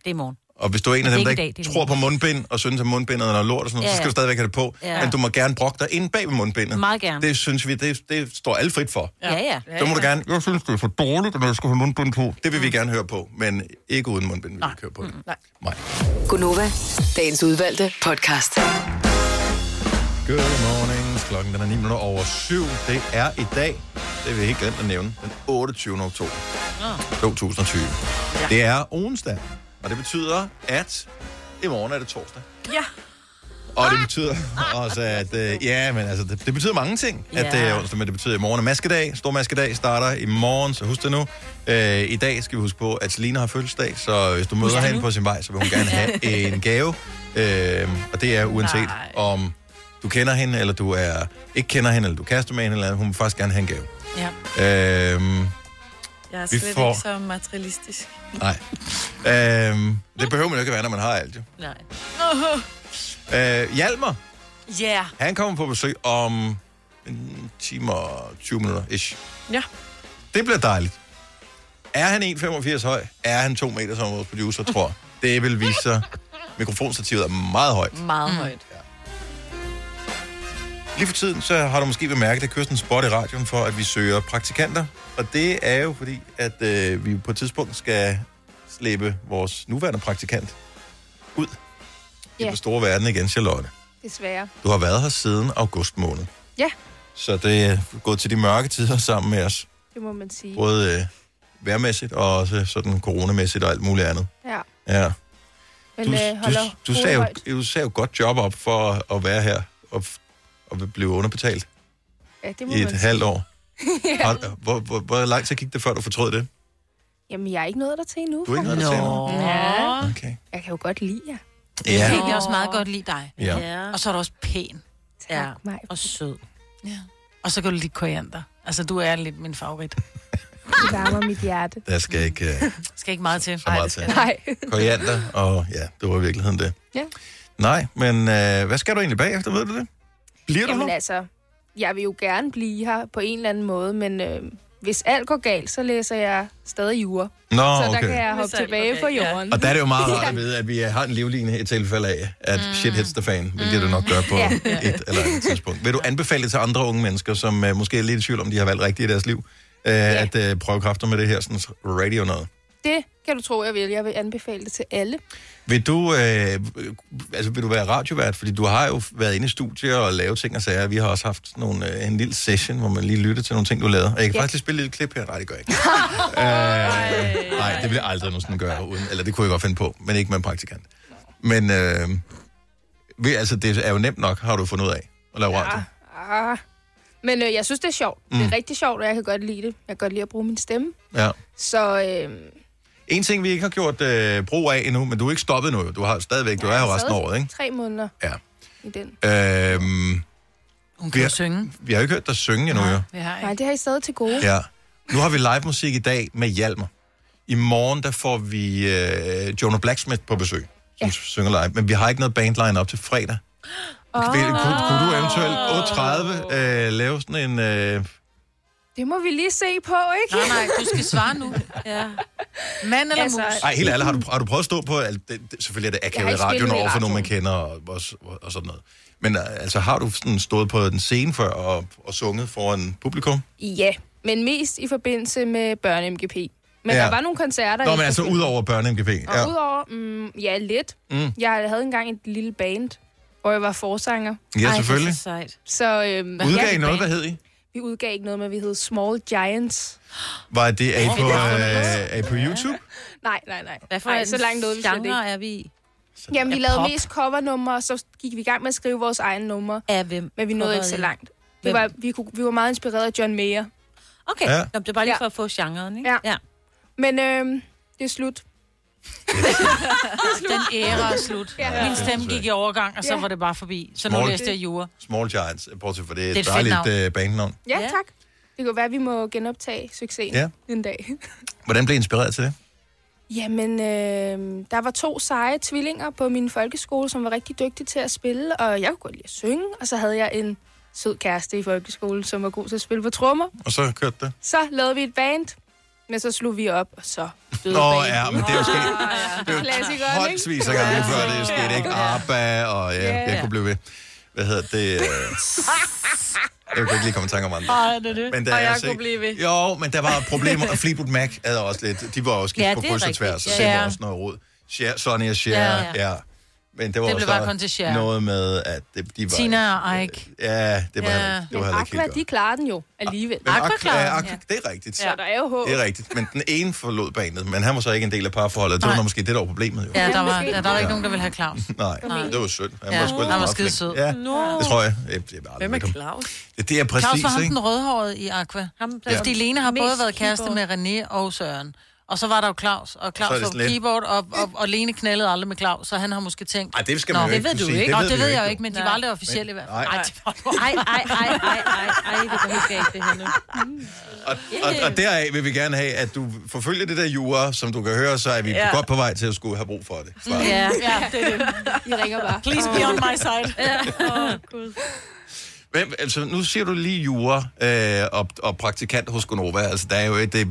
S2: er i morgen.
S1: Og hvis du er en af
S2: Det er
S1: dem, der
S2: ikke i
S1: ikke
S2: dag, det er
S1: tror på mundbind, og synes, at mundbindet er noget lort og sådan noget,
S2: Ja,
S1: ja, så skal
S2: ja.
S1: du stadigvæk have det på.
S2: Ja.
S1: Ja. Men du må gerne brokke dig ind bag ved mundbindet.
S2: Meget gerne.
S1: Det synes vi, det, det står alle frit for.
S2: Ja, ja.
S1: Så må du gerne, jeg synes, det er for dårligt, når jeg skal have mundbind på. Det vil vi gerne høre på, men ikke uden mundbind vil vi ikke høre på det.
S6: Gunova, dagens udvalgte podcast.
S1: Good morning. Klokken den er 9 minutter over 7. Det er i dag, det vil jeg helt glemt at nævne, den 28. oktober 2020. Ja. Det er onsdag, og det betyder, at i morgen er det torsdag.
S4: Ja.
S1: Og det betyder også, at... Øh, ja, men altså, det, det betyder mange ting, at det er onsdag, men det betyder, at i morgen er maskedag. Stor maskedag starter i morgen, så husk det nu. Øh, I dag skal vi huske på, at Selina har fødselsdag, så hvis du møder
S7: det
S1: hende
S7: nu.
S1: på sin vej, så vil hun gerne have en gave. Øh, og det er uanset Nej. om du kender hende, eller du er ikke kender hende, eller du er kæreste med hende, eller andet. hun vil faktisk gerne have en gave.
S4: Ja.
S1: Øh,
S4: Jeg er
S1: Vi
S4: slet
S1: får-
S4: ikke så materialistisk.
S1: nej. Øh, det behøver man jo ikke at være, når man har alt, jo.
S2: Nej.
S1: Øh, Hjalmar,
S4: Ja.
S1: han kommer på besøg om en time og 20 minutter, ish.
S4: Ja.
S1: Det bliver dejligt. Er han 1,85 høj? Er han 2 meter, som vores producer tror? Det vil vise sig. Mikrofonstativet er meget højt.
S4: Meget mm. højt.
S1: Lige for tiden, så har du måske bemærket, at der kører sådan en spot i radioen for, at vi søger praktikanter. Og det er jo fordi, at øh, vi på et tidspunkt skal slæbe vores nuværende praktikant ud i
S13: Ja,
S1: den store verden igen, Charlotte.
S13: desværre.
S1: Du har været her siden august måned.
S13: Ja,
S1: Så det er gået til de mørke tider sammen med os.
S13: det må man sige.
S1: Både øh, vejrmæssigt og også sådan coronamæssigt og alt muligt andet.
S13: Ja.
S1: Ja.
S13: Men
S1: Du,
S13: øh,
S1: du,
S13: holder
S1: du,
S13: hovedet
S1: sagde jo,
S13: højt.
S1: du sagde jo godt job op for at, at være her og, f- og blive underbetalt
S13: Ja, det må
S1: i
S13: man
S1: et
S13: sige.
S1: halvt år.
S13: ja.
S1: Har, hvor, hvor, hvor lang tid gik det, før du fortrød det?
S13: Jamen, jeg er ikke nået der til endnu.
S1: Du er ikke nået dertil endnu?
S13: faktisk.
S1: Nå.
S13: Ja.
S1: Okay.
S13: Jeg kan jo godt lide jer.
S1: Ja.
S3: Jeg kan egentlig også meget godt lide dig.
S1: Ja.
S3: Og så er du også pæn.
S13: Tak, ja.
S3: Og sød. Ja. Og så kan du lide koriander. Altså, du er lidt min favorit.
S13: Det varmer mit hjerte.
S1: Der skal ikke uh,
S3: Skal ikke meget til.
S1: så meget til.
S13: Nej.
S1: Koriander, og ja, det var i virkeligheden det.
S13: Ja.
S1: Nej, men øh, hvad skal du egentlig bagefter, ved du det? Bliver du
S13: Jamen
S1: nu?
S13: altså, jeg vil jo gerne blive her på en eller anden måde, men øh, hvis alt går galt, så læser jeg stadig jura.
S1: Nå,
S13: så der
S1: okay.
S13: kan jeg hoppe
S4: Hvis alt
S13: tilbage
S4: går
S13: på
S4: galt, ja.
S13: jorden.
S1: Og der er det jo meget rart at vide, at vi har en livline i tilfælde af, at mm. shit hits the fan, hvilket mm. du nok gør på
S13: Ja.
S1: et eller andet tidspunkt. Vil du anbefale det til andre unge mennesker, som uh, måske er lidt i tvivl om, de har valgt rigtigt i deres liv, uh, at uh, prøve kræfter med det her sådan radio noget?
S13: Det kan du tro, jeg vil. Jeg vil anbefale det til alle.
S1: Vil du, øh, altså vil du være radiovært? Fordi du har jo været inde i studier og lavet ting og sager. Vi har også haft sådan nogle, øh, en lille session, hvor man lige lytter til nogle ting, du lavede. Og jeg kan
S13: Ja.
S1: faktisk lige spille et lille klip her. Nej, det gør jeg ikke. Øh, Nej, det vil jeg aldrig nogensinde gøre. Uden, eller det kunne jeg godt finde på, men ikke med en praktikant. Men øh, vi, altså, det er jo nemt nok, har du fundet ud af at lave radio.
S13: Ah. Men øh, jeg synes, det er sjovt. Mm. Det
S1: Mm.
S13: er rigtig sjovt, og jeg kan godt lide det. Jeg kan godt lide at bruge min stemme.
S1: Ja.
S13: Så øh,
S1: En ting, vi ikke har gjort øh, brug af endnu, men du er ikke stoppet nu. jo. Du har stadigvæk, du er her resten af året, ikke?
S13: tre måneder
S1: Ja.
S13: i den.
S1: Øhm,
S3: Hun
S1: kan
S3: synge.
S1: Vi har ikke hørt dig synge endnu, jo.
S3: Nej.
S13: Nej, det har I stadig til gode.
S1: Ja. Nu har vi live musik i dag med Hjalmar. I morgen, der får vi øh, Jonah Blacksmith på besøg, som ja. synger live. Men vi har ikke noget bandline op til fredag. Oh. Kunne, kunne du eventuelt 8.30 øh, lave sådan en... Øh,
S13: Det må vi lige se på, ikke?
S3: Nej, nej, du skal svare nu. ja. Mand eller altså, mus?
S1: ej, helt ærligt, har du, har du prøvet at stå på... Altså, det, det, selvfølgelig er det
S3: Jeg har
S1: akavet i
S3: ikke spillet i
S1: radioen over for nogen, man kender og, og, og sådan noget. Men øh, altså, har du sådan stået på den scene før og, og sunget foran publikum?
S13: Ja, men mest i forbindelse med børne-MGP. Men
S1: Ja.
S13: ja. der var nogle koncerter.
S1: Nå,
S13: i
S1: men altså ud
S13: forbindelse-
S1: over børne-MGP.
S13: Og ja. udover, mm, ja, lidt.
S1: Mm.
S13: Mm. Jeg havde engang et lille band, hvor jeg var forsanger.
S1: Ja, Ej, selvfølgelig. det er så
S13: sejt. Så, øhm,
S1: Udgav I noget? Hvad hed I?
S13: Vi udgav ikke noget, men vi hed Small Giants.
S1: Var det, er I
S13: Hvor
S1: på,
S13: fedt.
S1: øh, er I på YouTube?
S13: Nej, nej, nej.
S2: Hvad for
S13: nej,
S2: en
S13: så langt nåede vi slet
S2: genre
S13: ikke.
S2: er vi i?
S13: Jamen, vi
S2: Er
S13: lavede
S2: pop?
S13: mest covernumre, og så gik vi i gang med at skrive vores egne numre.
S2: Af hvem?
S13: Men vi nåede ikke
S2: Coverede
S13: så
S2: I?
S13: langt. Vi
S2: Hvem?
S13: var, vi, kunne, vi var meget inspireret af John Mayer.
S2: Okay,
S13: Ja.
S2: ja. Nå, det er bare lige for at få genren, ikke?
S13: Ja. ja. Men øhm, det er slut.
S3: Den æra er slut.
S13: Ja.
S3: Ja. Min stemme gik i overgang, og så
S13: Ja.
S3: var det bare forbi. Så nu
S1: Small-
S3: læste jeg jura.
S1: Small Giants, bortset fra det,
S3: Det er
S1: det
S3: et
S1: er
S3: fedt
S1: et
S3: navn.
S1: dejligt uh, bandnavn.
S13: Ja, ja, tak. Det kunne være, at vi må genoptage succesen
S1: Ja.
S13: ja. en dag.
S1: Hvordan blev I inspireret til det?
S13: Jamen, øh, der var to seje tvillinger på min folkeskole, som var rigtig dygtige til at spille, og jeg kunne godt lide at synge, og så havde jeg en sød kæreste i folkeskolen, som var god til at spille på trommer.
S1: Og så kørte det.
S13: Så lavede vi et band, Men så slog vi op, og så døde
S1: Nå
S13: banen.
S1: ja, men det er jo sket
S13: Det er jo klassikeren, ikke?
S1: håndsvis af gange før, det er sket, ikke? Arba, og ja,
S13: Ja.
S1: jeg kunne blive ved. Hvad hedder det? øh, Jeg kunne ikke lige komme i tanke om andre.
S2: Ej, det er det.
S1: Men der
S2: Og
S1: er
S2: jeg
S1: også
S2: kunne
S1: ikke-
S2: blive ved.
S1: Jo, men der var problemer, og Fleetwood Mac havde også lidt, de var også skidt
S3: Ja,
S1: ja, på
S3: det er
S1: kryds og
S3: rigtigt.
S1: tværs, og
S3: Ja.
S1: det var
S3: Ja.
S1: også noget rod. Cher, Sonny og Cher,
S3: Ja,
S1: ja.
S3: ja.
S1: ja. Men det var
S3: Det
S1: også
S3: blev bare
S1: der
S3: kun til Cher.
S1: noget med, at det, de var... Øh,
S3: Tina og Ike.
S1: Ja, det
S13: Ja.
S1: var, heller ikke- det var heller ikke
S13: Aqua,
S1: helt godt.
S13: de klarer den jo alligevel.
S1: Men Aqua- ja, Aqua- det er rigtigt.
S13: Så der er jo håb.
S1: Det er rigtigt, men den ene forlod banet, men han var så ikke en del af parforholdet. Det var
S3: Nej.
S1: nok måske det, der var problemet, jo.
S3: Ja, der var, der, der var
S1: Ja.
S3: ikke nogen, der ville have Claus.
S1: Nej,
S3: Nej.
S1: det var sødt. Han
S3: Ja,
S1: var, sgu
S3: han
S1: ellers
S3: var
S1: meget flink.
S3: skidesød.
S1: Ja,
S3: Nå.
S1: det tror jeg. jeg, jeg Hvem er
S2: Claus?
S1: Det, det er
S3: Claus
S1: præcis,
S3: var ham
S1: ikke?
S3: den rødhårede i Aqua. Ham,
S1: Ja.
S3: Fordi Lene har
S2: Mest
S3: både været kæreste med
S2: keyboard.
S3: René og Søren. Og så var der jo Claus, og
S1: Så er
S3: Claus
S1: det
S3: var på
S1: sådan lidt-
S3: keyboard, og, og, og Lene knaldede aldrig med Claus, så han har måske tænkt...
S1: Ej, det skal man
S3: Nå,
S1: jo ikke kunne sige. Det
S3: Nå,
S1: ved
S3: det
S1: vi
S3: ved
S1: jo
S3: jeg jo
S1: ikke,
S3: ikke, men de
S1: jo.
S3: var aldrig officielt i hvert fald.
S1: Nej.
S3: Ej, det var du- Ej,
S2: ej, ej, ej, ej, ej, det går helt galt, det her nu.
S1: Og, og, og deraf vil vi gerne have, at du forfølger det der jura, som du kan høre, så er vi
S2: Ja.
S1: ja. godt på vej til at skulle have brug for det. Så,
S2: Ja, ja, det er det.
S13: I ringer bare.
S2: Please be on my side. Ja.
S1: Hvem, altså, nu siger du lige jura øh, og, og praktikant hos Gonova. Altså, der er jo, ikke- det,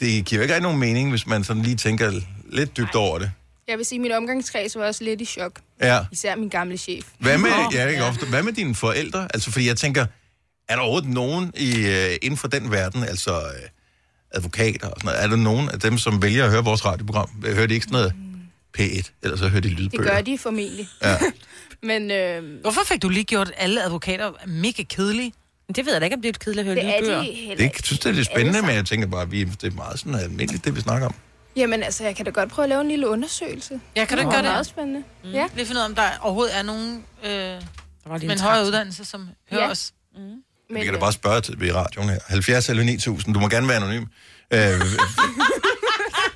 S1: det giver jo ikke rigtig nogen mening, hvis man sådan lige tænker lidt dybt over det.
S13: Jeg vil sige, at min omgangskreds var også lidt i chok.
S1: Ja.
S13: Især min gamle chef.
S1: Hvad med, ja, ikke ofte, hvad med dine forældre? Altså, fordi jeg tænker, er der overhovedet nogen i, øh, inden for den verden, altså øh, advokater og sådan noget, er der nogen af dem, som vælger at høre vores radioprogram? Øh, Hører de ikke sådan noget P1, eller så hører de
S13: Det
S1: lydbøger?
S13: gør de formentlig.
S1: Ja.
S13: Men øh,
S3: Hvorfor fik du lige gjort alle advokater mega kedelige?
S2: Det ved jeg da ikke, om det er kedeligt at høre
S13: det er
S2: lydbøger.
S13: de heller
S1: Det, jeg synes, det er lidt spændende, men jeg tænker bare, at vi, det er meget sådan almindeligt, det vi snakker om.
S13: Jamen altså, jeg kan da godt prøve at lave en lille undersøgelse.
S3: Jeg kan da
S13: Det
S3: ikke gøre
S13: er meget
S3: det.
S13: spændende.
S3: Mm.
S13: Ja.
S3: Ja. Lige finde ud af, om der overhovedet er nogen øh, med
S13: lige en
S3: en
S13: traktor.
S3: højere uddannelse, som hører
S13: Ja.
S3: os.
S1: Vi
S13: Men,
S1: kan da
S13: øh,
S1: bare spørge til ved radioen her. 70 eller 9000, du må gerne være anonym. Øh,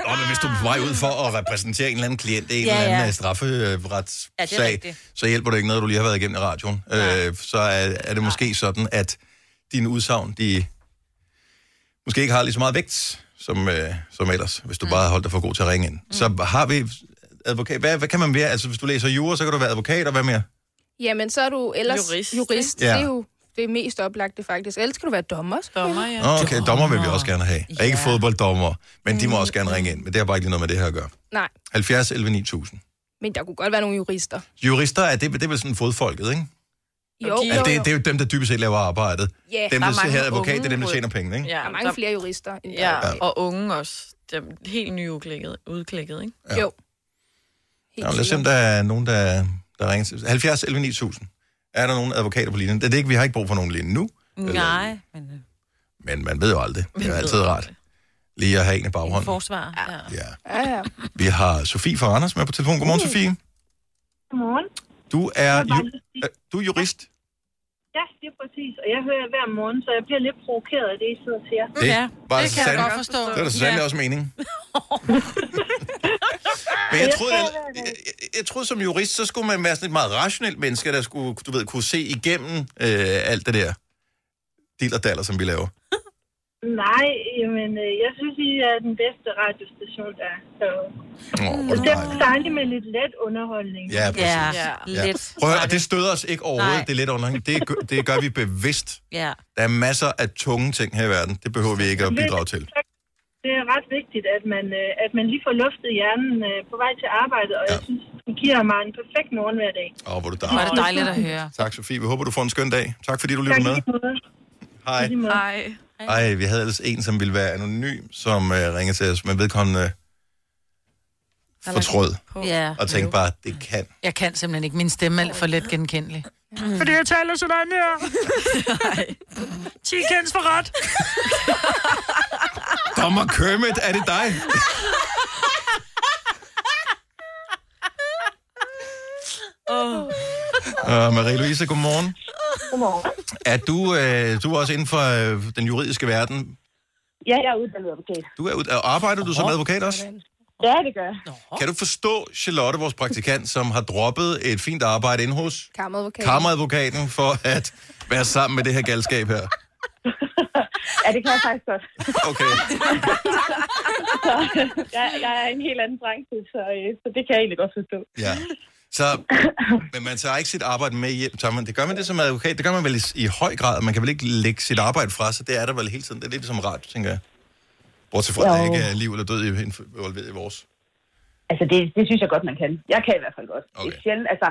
S1: Og hvis du er på vej ud for at repræsentere en eller anden klient i en
S2: Ja,
S1: ja, eller
S2: ja.
S1: anden øh, strafferetssag,
S2: Ja, det er
S1: ja,
S2: rigtigt.
S1: så hjælper det ikke noget, du lige har været igennem i radioen. Øh, så er, er det måske sådan, at dine udsagn, de måske ikke har lige så meget vægt, som, øh, som ellers, hvis
S2: Mm.
S1: du bare har holdt dig for god til at ringe ind. Så har vi advokat. Hvad, hvad kan man være? Altså, hvis du læser jura, så kan du være advokat, og hvad mere?
S13: øh, Jamen, så er du ellers jurist. jurist.
S1: Ja.
S13: Det er jo det mest oplagte, faktisk. Ellers kan du være dommer. Dommer, ja.
S1: Nå, okay, dommer vil vi også gerne have. Ja. Ikke fodbolddommer, men de må også gerne ringe ind. Men det har bare ikke lige noget med det her at gøre.
S13: Nej,
S1: 70 11 9000.
S13: men der kunne godt være nogle jurister.
S1: Jurister, er det, det er vel sådan fodfolket, ikke?
S13: Jo,
S1: Okay. Altså, det, det er jo dem, der dybest set laver arbejdet.
S13: Ja.
S1: dem,
S13: Der
S1: der,
S13: er
S1: der
S13: mange
S1: her advokat, det er
S13: unge
S1: dem, der
S13: råd.
S1: tjener penge, ikke?
S13: Ja, der er mange der... flere jurister. End
S4: Ja,
S13: der.
S4: og unge også. Dem, helt nyudklækket, udklækket, ikke?
S1: Ja.
S13: Jo.
S1: Nå, men lad os se, om der er nogen, der, der ringer til. 70 11 9000. Er der nogen advokater på linjen? Det er det ikke, vi har ikke brug for nogen lige nu,
S2: Nej, øh,
S1: men man ved jo aldrig. Det er altid rart. Lige at have en i baghånden.
S2: forsvar. Ja.
S1: Ja.
S13: Ja, ja.
S1: Vi har Sofie fra Anders med på telefon. Godmorgen,
S7: Mm.
S1: Sofie.
S7: Godmorgen.
S1: Du er, ju- øh, du er jurist.
S7: Ja, det er præcis. Og jeg hører jer hver morgen, så jeg bliver lidt provokeret af det, I sidder og siger.
S1: Det var det kan jeg godt
S3: forstå.
S1: Det var da sandelig også meningen. Men jeg troede, jeg, jeg, jeg troede, som jurist, så skulle man være sådan et meget rationelt menneske, der skulle, du ved, kunne se igennem øh, alt det der dill og daller, som vi laver.
S7: Nej, men øh, jeg synes, I er den bedste radiostation, der er. Så...
S1: Oh,
S7: Og det er dejligt med lidt let underholdning.
S1: Ja, præcis. Prøv at høre, og det støder os ikke overhovedet,
S7: Nej.
S1: det er lidt underhængigt. Det, gør- det gør vi bevidst.
S2: Ja.
S1: Der er masser af tunge ting her i verden. Det behøver vi ikke at bidrage til.
S7: Det er ret vigtigt, at man, øh, at man lige får luftet hjernen øh, på vej til arbejde, og ja. jeg synes, den giver mig en perfekt morgen hver dag.
S1: Åh, hvor er du
S7: Hvor
S1: dejlig.
S7: er det dejligt at høre.
S1: Tak, Sofie. Vi håber, du får en skøn dag. Tak, fordi du lytter med. Hej.
S4: Hej.
S1: Ej, vi havde ellers en, som ville være anonym, som øh, ringede til os, men vedkommende øh, fortrød.
S3: Ja.
S1: Og tænkte bare, det kan.
S3: Jeg kan simpelthen ikke. Min stemme er for let genkendelig. Fordi jeg taler sådan her. Chickens for ret.
S1: Dommer Kermit, er det dig?
S2: Oh.
S1: Uh, Marie-Louise, godmorgen.
S7: Godmorgen.
S1: Er du, øh, du er også inden for øh, den juridiske verden.
S7: Ja, jeg er uddannet advokat.
S1: Du er, ud- og arbejder du som advokat også?
S7: Ja, det gør jeg.
S1: Kan du forstå Charlotte, vores praktikant, som har droppet et fint arbejde inde hos
S7: Øh.
S13: Kammeradvokat.
S1: kammeradvokaten for at være sammen med det her galskab her?
S7: Ja, det kan jeg faktisk godt.
S1: Okay.
S7: så, jeg, jeg er i en helt anden branche, så, øh, så det kan jeg egentlig godt forstå.
S1: Ja. Så, men man tager ikke sit arbejde med hjem. Tager man, det gør man det som advokat, det gør man vel i, i høj grad. Man kan vel ikke lægge sit arbejde fra sig. Det er der vel hele tiden. Det er lidt som radio, tænker jeg. Bortset fra, at der
S14: Jo.
S1: ikke er liv eller død i- involveret i vores.
S14: Altså, det, det synes jeg godt, man kan. Jeg kan i hvert fald godt. Okay. Det er sjældent, altså,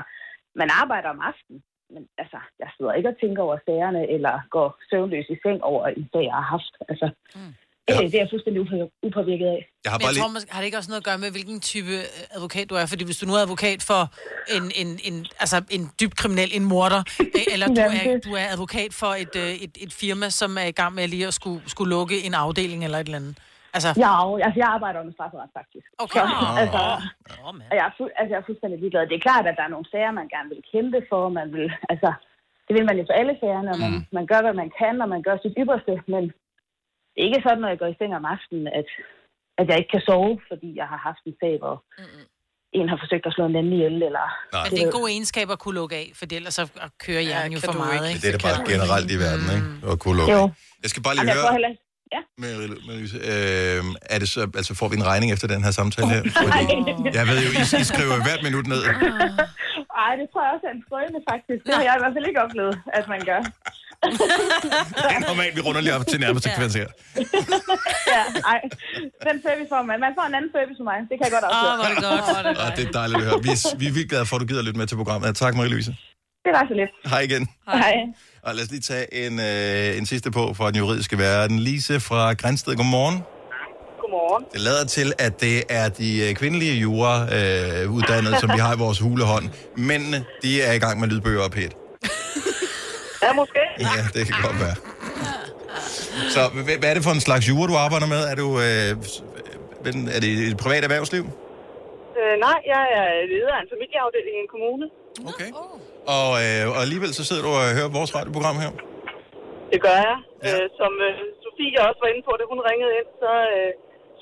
S14: man arbejder om aftenen, men altså, jeg sidder ikke og tænker over sagerne, eller går søvnløs i seng over en dag, jeg har haft. Altså, mm. det, det er jeg fuldstændig upå- upåvirket af.
S1: Jeg har
S3: Men jeg tror, måske, har det ikke også noget at gøre med, hvilken type øh, advokat du er? Fordi hvis du nu er advokat for en, en, en, altså en dybt kriminel, en morder, øh, eller du
S14: Jamen,
S3: er, du er advokat for et, øh, et, et firma, som er i gang med lige at skulle, skulle lukke en afdeling eller et eller andet. Altså,
S14: Ja, og- altså, jeg arbejder under strafferet, faktisk.
S3: Okay.
S14: Så,
S3: Nå.
S14: altså, og jeg, er fu- altså, jeg er fuldstændig ligeglad. Det er klart, at der er nogle sager, man gerne vil kæmpe for. Man vil, altså, det vil man jo for alle sagerne, og man, mm. man gør, hvad man kan, og man gør sit ypperste. Men det er ikke sådan, når jeg går i seng om aftenen, at, at jeg ikke kan sove, fordi jeg har haft en sag, hvor mm. en har forsøgt at slå en anden ihjel. Eller,
S3: men det er en god egenskab at kunne lukke af, for ellers så kører hjernen ja, jo for meget.
S1: Men
S3: Ikke?
S1: det er da bare generelt i verden, ikke? Og kunne lukke.
S3: Jo.
S1: Jeg skal bare lige
S3: Jamen, jeg
S1: høre,
S3: får
S14: heller-
S1: Marie- Marie-Louise, øh, er det så, altså får vi en regning efter den her samtale her? Fordi jeg ved jo, I, I skriver jo hvert minut ned.
S14: Ej, det tror jeg også er en skrøne, faktisk. Det har jeg i hvert fald ikke oplevet, at man gør.
S1: Det er normalt, vi runder lige op til nærmeste kvarter. her.
S14: ja, ej. Den service får man. Man får en anden service for mig. Det kan jeg godt også.
S1: Åh, hvor er det godt, hvor
S14: det
S1: Og Ah, det er dejligt at høre. Vi er, vi er vildt glade for, at du gider lytte med til programmet. Tak, Marie-Louise.
S14: Det var så lidt.
S1: Hej igen.
S14: Hej.
S1: Og lad os lige tage en, øh, en sidste på fra den juridiske verden. Lise fra Grænsted, godmorgen.
S15: Godmorgen.
S1: Det lader til, at det er de øh, kvindelige jurauddannede, øh, uddannede, som vi har i vores hulehånd. Mændene, de er i gang med lydbøger og pæt.
S15: Ja, måske.
S1: Ja, det kan godt være. Så h- hvad er det for en slags jura, du arbejder med? Er, du, øh, s- øh, er det et privat erhvervsliv?
S15: Øh, nej, jeg er leder af en familieafdeling i en kommune.
S1: Okay. Og, øh, og alligevel så sidder du og hører vores radioprogram her.
S15: Det gør jeg. Ja. Øh, som øh, Sofie også var inde på, da hun ringede ind, så øh,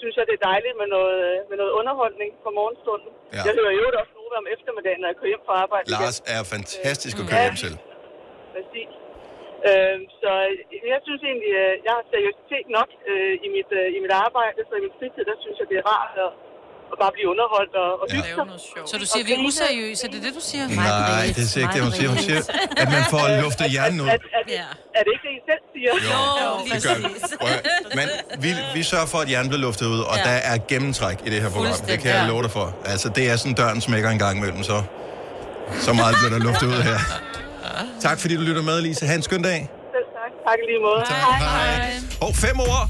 S15: synes jeg, det er dejligt med noget, øh, med noget underholdning fra morgenstunden.
S1: Ja.
S15: Ja. Jeg hører jo også Nova om eftermiddagen, når jeg kører hjem fra arbejde.
S1: Lars er fantastisk at køre hjem til.
S15: Præcis. Øh, så jeg synes egentlig, øh, jeg har seriøsitet nok øh, i, mit, øh, i mit arbejde, så i min fritid, der synes jeg, det er rart at, at bare blive underholdt og, og hygge sig.
S3: Så du siger, vi er useriøse, er det det, du siger?
S1: Nej, det siger ikke det, hun siger. Hun siger, at man får luftet hjernen ud.
S15: Er, er, det, er det ikke det, I selv siger?
S1: Jo, det gør vi. Prøv at høre. Men vi, vi sørger for, at hjernen bliver luftet ud, og
S15: Ja.
S1: ja. der er gennemtræk i det her program. Det kan
S15: Fuldstændig,
S1: jeg
S15: ja.
S1: love dig for. Altså, det er sådan, døren smækker en gang imellem, så, så meget bliver der luftet ud her. Tak fordi du lytter med, Lise. Ha' en skøn dag.
S15: Selv tak. Tak i lige måde. Hej. Hej.
S1: Og fem år,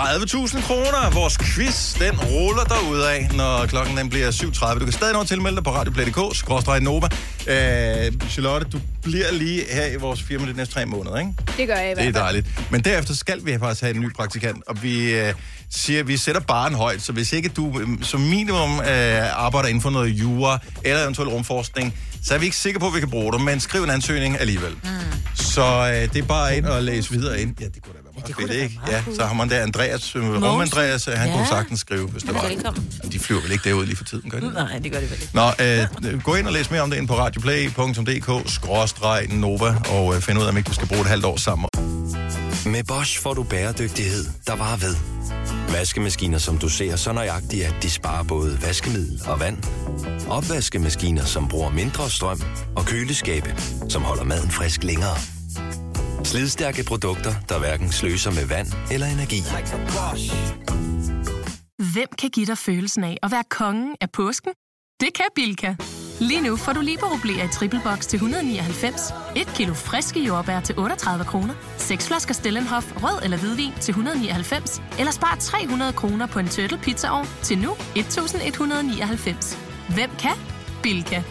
S1: 30.000 kroner. Vores quiz, den ruller derude af, når klokken den bliver 7.30. Du kan stadig nå at tilmelde dig på radioplay.dk, skråstrej Nova. Øh, Charlotte, du bliver lige her i vores firma de næste tre måneder, ikke?
S13: Det gør jeg i hvert
S1: Det er
S13: fald.
S1: dejligt. Men derefter skal vi faktisk have en ny praktikant, og vi øh, siger, at vi sætter baren højt, så hvis ikke du øh, som minimum øh, arbejder inden for noget jura eller eventuel rumforskning, så er vi ikke sikre på, at vi kan bruge dig, men skriv en ansøgning alligevel. Mm. Så øh, det er bare ind og læse videre ind. Ja, det kunne da være meget ja, fedt, ikke? Ja, så har man der Andreas, øh, rum Andreas, øh, han
S2: Ja.
S1: ja. kunne sagtens skrive, hvis det var.
S2: Velkommen.
S1: Jamen, De flyver vel ikke derud lige for tiden, gør de?
S2: Nej, det gør det vel ikke.
S1: Nå, øh, gå ind og læs mere om det ind på radioplay.dk-nova og øh, find ud af, om ikke du skal bruge et halvt år sammen.
S16: Med Bosch får du bæredygtighed, der varer ved. Vaskemaskiner, som du ser så nøjagtigt, at de sparer både vaskemiddel og vand. Opvaskemaskiner, som bruger mindre strøm. Og køleskabe, som holder maden frisk længere. Slidstærke produkter, der hverken sløser med vand eller energi.
S10: Hvem kan give dig følelsen af at være kongen af påsken? Det kan Bilka! Lige nu får du liberobleer i triple box til 199, et kilo friske jordbær til 38 kroner, seks flasker Stellenhof rød eller hvidvin til 199, eller spar 300 kroner på en turtle pizzaovn til nu 1199. Hvem kan? Bilka.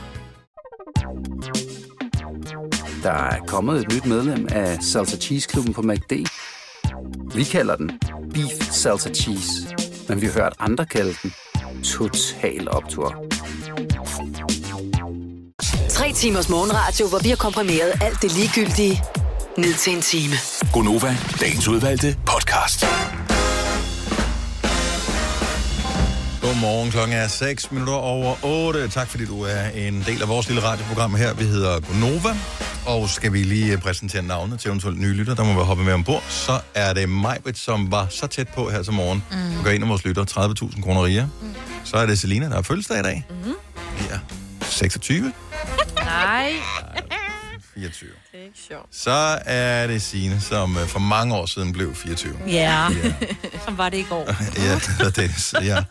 S17: Der er kommet et nyt medlem af Salsa Cheese Klubben på MACD. Vi kalder den Beef Salsa Cheese, men vi har hørt andre kalde den Total Optor.
S6: Tre timers morgenradio, hvor vi har komprimeret alt det ligegyldige ned til en time.
S9: Gonova, dagens udvalgte podcast.
S1: Godmorgen, klokken er 6 minutter over 8. Tak fordi du er en del af vores lille radioprogram her. Vi hedder Gonova, og skal vi lige øh, præsentere navnet til eventuelt nye lytter, der må være hoppet med ombord, så er det Majbrit, som var så tæt på her til morgen. Mm. Du går ind af vores lytter, 30.000 kroner riger. Mm. Mm-hmm. Så er det Selina, der har fødselsdag i dag. Mm. Ja, 26,
S4: Nej.
S1: 24.
S4: Det er ikke Sjovt.
S1: Så er det Signe, som øh, for mange år siden blev 24.
S2: Ja, som var det i går.
S1: Ja, og Dennis. Ja,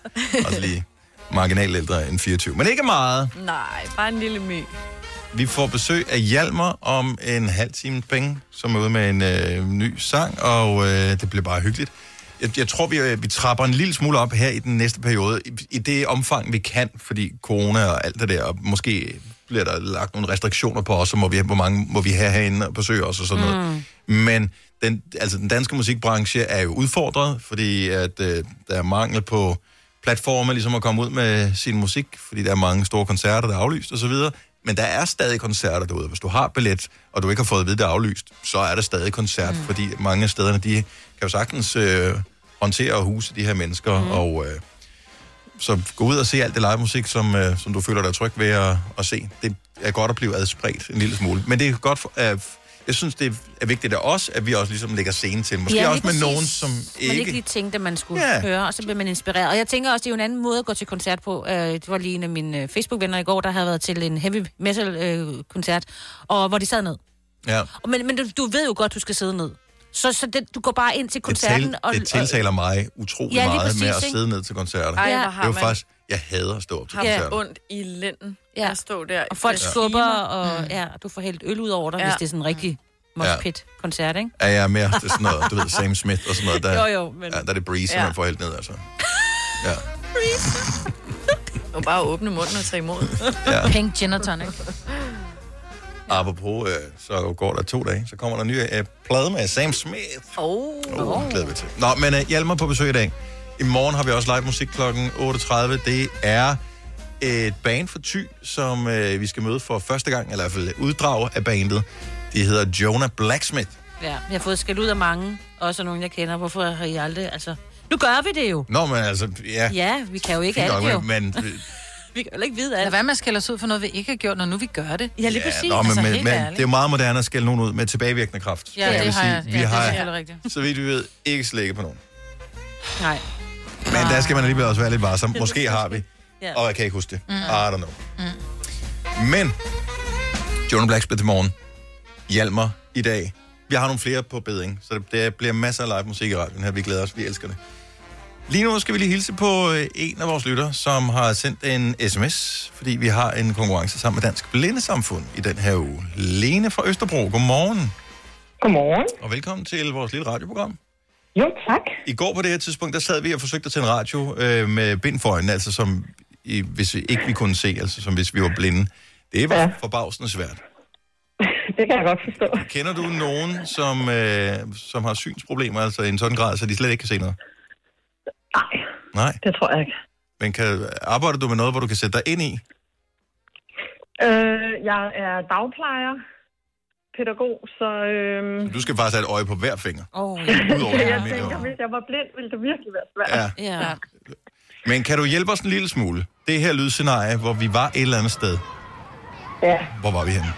S1: også lige marginalt ældre end 24. Men ikke meget.
S4: Nej, bare en lille my.
S1: Vi får besøg af Hjalmar om en halv time penge, som er ude med en øh, ny sang, og øh, det bliver bare hyggeligt. Jeg, jeg tror, vi, øh, vi trapper en lille smule op her i den næste periode, i, i det omfang, vi kan, fordi corona og alt det der, og måske bliver der lagt nogle restriktioner på os, og må vi, hvor mange må vi have herinde og besøge os og sådan noget. Men den, altså den danske musikbranche er jo udfordret, fordi at, øh, der er mangel på platforme ligesom at komme ud med sin musik, fordi der er mange store koncerter, der er aflyst osv. Men der er stadig koncerter derude. Hvis du har billet, og du ikke har fået at vide, det er aflyst, så er der stadig koncert, mm. fordi mange af stederne, de kan jo sagtens øh, håndtere og huse de her mennesker, mm. og øh, så gå ud og se alt det live musik, som, øh, som du føler dig tryg ved at, at se. Det er godt at blive adspredt en lille smule. Men det er godt, for, øh, jeg synes, det er vigtigt af os, at vi også ligesom lægger scenen til. Måske
S2: Ja,
S1: ja,
S2: lige
S1: også med
S2: præcis.
S1: nogen, som
S2: Man
S1: ikke...
S2: ikke lige tænkte, at man skulle
S1: Ja.
S2: ja. høre, og så bliver man inspireret. Og jeg tænker også, det er jo en anden måde at gå til koncert på. Øh, Det var lige en af mine øh, Facebook-venner i går, der havde været til en heavy metal-koncert, og hvor de sad ned.
S1: Ja.
S2: Og Men, men du, du ved jo godt, du skal sidde ned. Så, så det, du går bare ind til
S1: Det,
S2: koncerten
S1: til,
S2: og...
S1: det tiltaler mig utrolig
S2: Ja,
S1: ja,
S2: lige
S1: meget
S2: præcis,
S1: med at
S2: ikke?
S1: sidde ned til koncerter.
S4: Ej,
S1: det
S4: hvor
S1: er
S4: har
S1: jo
S4: man-
S1: faktisk... Jeg hader at stå op til
S4: Har
S1: koncerter.
S4: ja. ondt i lænden ja. at stå der.
S2: Og folk
S4: i flere
S2: skubber,
S4: timer.
S3: Mm.
S2: og ja, og du får helt øl ud over dig,
S4: Ja.
S2: ja. hvis det er sådan en rigtig
S1: Mm.
S2: moshpit-koncert, ikke?
S1: Ja, jeg er mere til sådan noget, du ved, Sam Smith og sådan noget. Der,
S2: Jo, jo, men-
S1: ja, der er det breeze, ja.
S2: Ja.
S1: man får helt ned, altså. Ja.
S4: Og bare åbne munden og tage imod.
S1: Ja.
S3: Pink gin og tonic.
S1: Apropos, øh, så går der to dage, så kommer der en ny øh, plade med Sam Smith.
S4: Oh.
S1: Oh, glæder vi til. Nå, men uh, Hjalmar på besøg i dag. I morgen har vi også live musik kl. 8.30. Det er øh, et band for Thy, som øh, vi skal møde for første gang, eller i hvert fald uddrag af bandet. De hedder Jonah Blacksmith.
S2: Ja, jeg har fået skæld ud af mange, også af nogen, jeg kender. Hvorfor har I aldrig... Altså, nu gør vi det jo.
S1: Nå, men altså, ja.
S2: Ja, vi kan jo ikke
S1: fint
S2: alt
S1: nok,
S2: jo.
S1: Men, men,
S2: Vi kan jo ikke vide alt.
S3: Lad være med at skælde os ud for noget, vi ikke har gjort, når nu vi gør det.
S2: Ja, lige præcis.
S1: nå, men,
S3: Altså,
S1: men,
S3: helt
S1: men
S3: ærligt.
S1: det er jo meget moderne at skælde nogen ud med tilbagevirkende kraft.
S3: Ja, det
S1: vil
S3: har jeg.
S1: sige,
S3: Ja,
S1: vi
S3: det er
S1: har,
S3: selvfølgelig rigtigt.
S1: så vidt vi ved, ikke slække på nogen.
S2: Nej.
S1: Men der skal man alligevel også være lidt varsom. Måske har vi.
S2: Ja.
S1: Og jeg kan ikke huske det. Mm.
S2: Mm.
S1: I don't know. Mm. Men, Jonah Blacksmith i morgen. Hjalmar i dag. Vi har nogle flere på beding, så det- det bliver masser af live musik i radioen her. Vi glæder os, vi elsker det. Lige nu skal vi lige hilse på øh, en af vores lytter, som har sendt en sms, fordi vi har en konkurrence sammen med Dansk Blindesamfund i den her uge. Lene fra Østerbro, godmorgen.
S18: Godmorgen.
S1: Og velkommen til vores lille radioprogram.
S18: Jo, tak.
S1: I går på det her tidspunkt, der sad vi og forsøgte at tænde radio øh, med bind for øjnene, altså som i, hvis vi ikke vi kunne se, altså som hvis vi var blinde. Det var ja. forbavsende svært.
S18: Det kan jeg godt forstå.
S1: Kender du nogen, som, øh, som har synsproblemer, altså i en sådan grad, så de slet ikke kan se noget? Nej. Nej?
S18: Det tror jeg ikke.
S1: Men kan, arbejder du med noget, hvor du kan sætte dig ind i?
S18: Øh, jeg er dagplejer, pædagog, så... Øhm,
S1: Du skal faktisk have et øje på hver finger.
S2: Oh,
S1: Udover det
S18: jeg
S1: almindelige
S18: tænker,
S1: øje.
S18: hvis jeg var blind, ville det virkelig være svært.
S1: Ja.
S2: ja.
S1: Men kan du hjælpe os en lille smule? Det her lydscenarie, hvor vi var et eller andet sted.
S18: ja.
S1: Hvor var vi henne?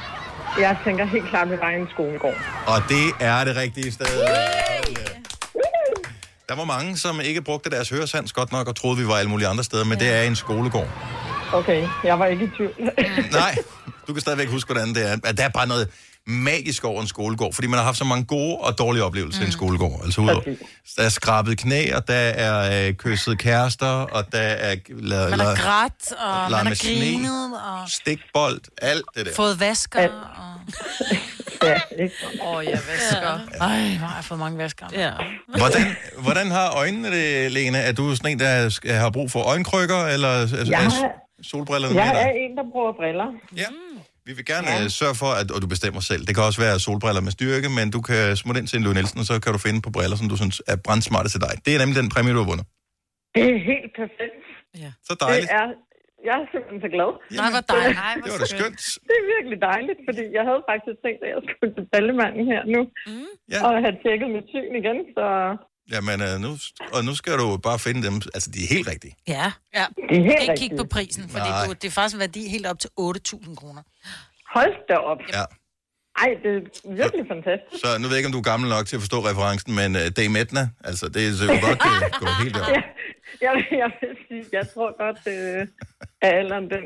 S18: Jeg tænker helt klart, at det var i en skolegård.
S1: Og det er det rigtige sted. Der var mange, som ikke brugte deres høresands godt nok, og troede, vi var alle mulige andre steder, men det er en skolegård.
S18: Okay, jeg var ikke i tvivl.
S1: Nej, du kan stadigvæk huske, hvordan det er. At Der er bare noget magisk over en skolegård, fordi man har haft så mange gode og dårlige oplevelser mm. i en skolegård. Altså udover, der er skrabet knæ, og der er øh, kysset kærester, og der er lavet
S3: Man har grædt, og
S1: leget
S3: man har
S1: med sne.
S3: grinet, og
S1: stikbold, alt det der.
S3: fået vasker.
S18: ja, ikke?
S3: Åh, oh, ja, vasker. Ej, hvor har jeg fået mange vasker.
S2: Ja.
S1: Hvordan, hvordan har øjnene det, Lene? Er du sådan en, der sk- har brug for øjenkrykker, eller altså,
S18: Jeg
S1: er
S18: har-
S1: s- solbrillerne med
S18: Jeg
S1: dig?
S18: er en, der bruger briller.
S1: Ja. Vi vil gerne ja. sørge for, at og du bestemmer selv. Det kan også være solbriller med styrke, men du kan smutte ind til en Louis Nielsen, og så kan du finde på briller, som du synes er brandsmarte til dig. Det er nemlig den præmie, du har vundet.
S18: Det er helt perfekt. Ja.
S1: Så dejligt.
S18: Det er, jeg er simpelthen så glad.
S1: Nej, hvor dejligt. Ej, hvor Det var da skønt.
S18: Det er virkelig dejligt, fordi jeg havde faktisk tænkt, at jeg skulle til ballemanden her nu. Mm.
S1: Ja.
S18: Og have tjekket mit syn igen, så
S1: Jamen, øh, nu, og nu skal du bare finde dem. Altså, de er helt rigtige.
S3: Ja. ja.
S18: Det er helt
S3: Ikke kigge
S18: rigtigt.
S3: på prisen, for
S1: Nej.
S3: det, det er faktisk en værdi helt op til 8.000 kroner.
S18: hold da op.
S1: Ja.
S18: Ej, det er virkelig fantastisk.
S1: Så nu ved jeg ikke, om du er gammel nok til at forstå referencen, men uh, Dame Etna, altså, det er jo godt uh, gået helt op.
S18: Ja, jeg, jeg vil sige, jeg tror godt, øh, af alderen, den,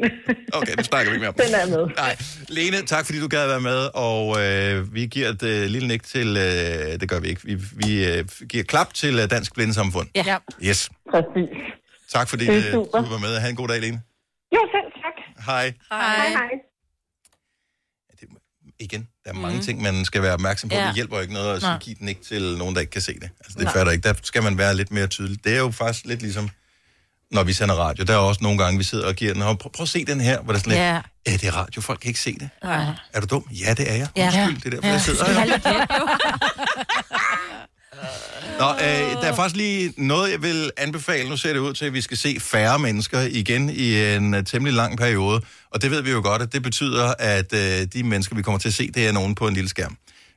S1: Okay, det snakker vi ikke mere om.
S18: den er med.
S1: Nej. Lene, tak fordi du gad at være med, og øh, vi giver et øh, lille nik til, øh, det gør vi ikke, vi, vi øh, giver klap til øh, Dansk Blindesamfund.
S2: Ja.
S1: Yes.
S18: Præcis.
S1: Tak fordi
S18: Det er
S1: øh,
S18: super.
S1: du var med. Ha' en god dag, Lene.
S18: Jo, selv tak.
S1: Hej.
S18: Hej. Hej.
S1: Igen, der er mange mm. ting, man skal være opmærksom på. Ja.
S18: Mhm. Ja.
S1: Det hjælper ikke noget at sige,
S18: Nej.
S1: give den ikke til nogen, der ikke kan se det. Altså, det
S18: Nej.
S1: fatter jeg ikke. Der skal man være lidt mere tydelig. Det er jo faktisk lidt ligesom, når vi sender radio. Der er også nogle gange, vi sidder og giver den. "Hov, Prøv, prøv at se den her, hvor der er sådan lidt,
S2: Ja.
S1: "Øh, det er radio, folk kan ikke se det.
S2: Nej.
S1: Er du dum? Ja, det er jeg.
S2: Ja.
S1: Undskyld, det er derfor,
S2: Ja.
S1: jeg sidder
S2: Det er
S1: her.
S2: lidt let, jo.
S1: Nå, øh, der er faktisk lige noget, jeg vil anbefale. Nu ser det ud til, at vi skal se færre mennesker igen i en uh, temmelig lang periode. Og det ved vi jo godt, at det betyder, at uh, de mennesker, vi kommer til at se, det er nogen på en lille skærm.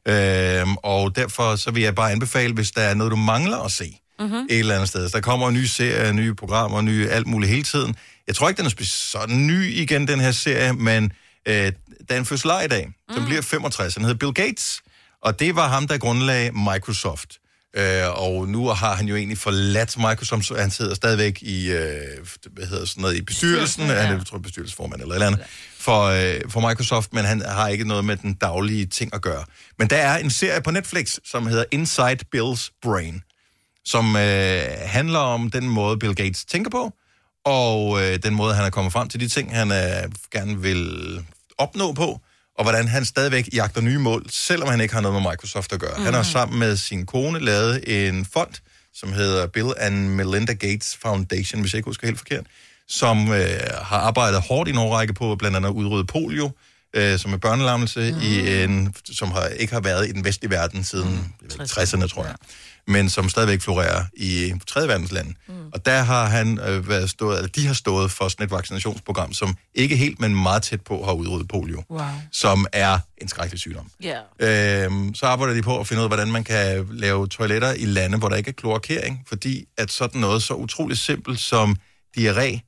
S1: Uh, og derfor så vil jeg bare anbefale, hvis der er noget, du mangler at se
S19: Mhm.
S1: et eller andet sted. Så der kommer nye serier, nye programmer, nye alt muligt hele tiden. Jeg tror ikke, den er speci- sådan ny igen, den her serie, men øh, der er en fødselar i dag. Den bliver 65. Han hedder Bill Gates, og det var ham, der grundlagde Microsoft. Øh, og nu har han jo egentlig forladt Microsoft, så han sidder stadigvæk i, øh, hvad hedder sådan noget, i bestyrelsen, ja.
S18: Bestyrelsen,
S1: han er, jeg tror, bestyrelsesformand eller et eller andet, for, øh, for Microsoft, men han har ikke noget med den daglige ting at gøre. Men der er en serie på Netflix, som hedder Inside Bill's Brain som øh, handler om den måde, Bill Gates tænker på, og øh, den måde, han er kommet frem til de ting, han øh, gerne vil opnå på, og hvordan han stadigvæk jagter nye mål, selvom han ikke har noget med Microsoft at gøre. Mm. Han har sammen med sin kone lavet en fond, som hedder Bill and Melinda Gates Foundation, hvis jeg ikke husker helt forkert, som øh, har arbejdet hårdt i en årrække på blandt andet at udrydde polio, øh, som er børnelammelse, mm. i en, som har, ikke har været i den vestlige verden siden mm. 60'erne, tror jeg men som stadigvæk florerer i tredje verdens lande. Mm. Og der har han øh, været stået, eller de har stået for sådan et vaccinationsprogram, som ikke helt, men meget tæt på har udryddet polio,
S2: Wow.
S1: som er en skrækkelig sygdom.
S2: Ja.
S1: Øhm, så arbejder de på at finde ud af, hvordan man kan lave toiletter i lande, hvor der ikke er kloakering, fordi at sådan noget så utroligt simpelt som diarré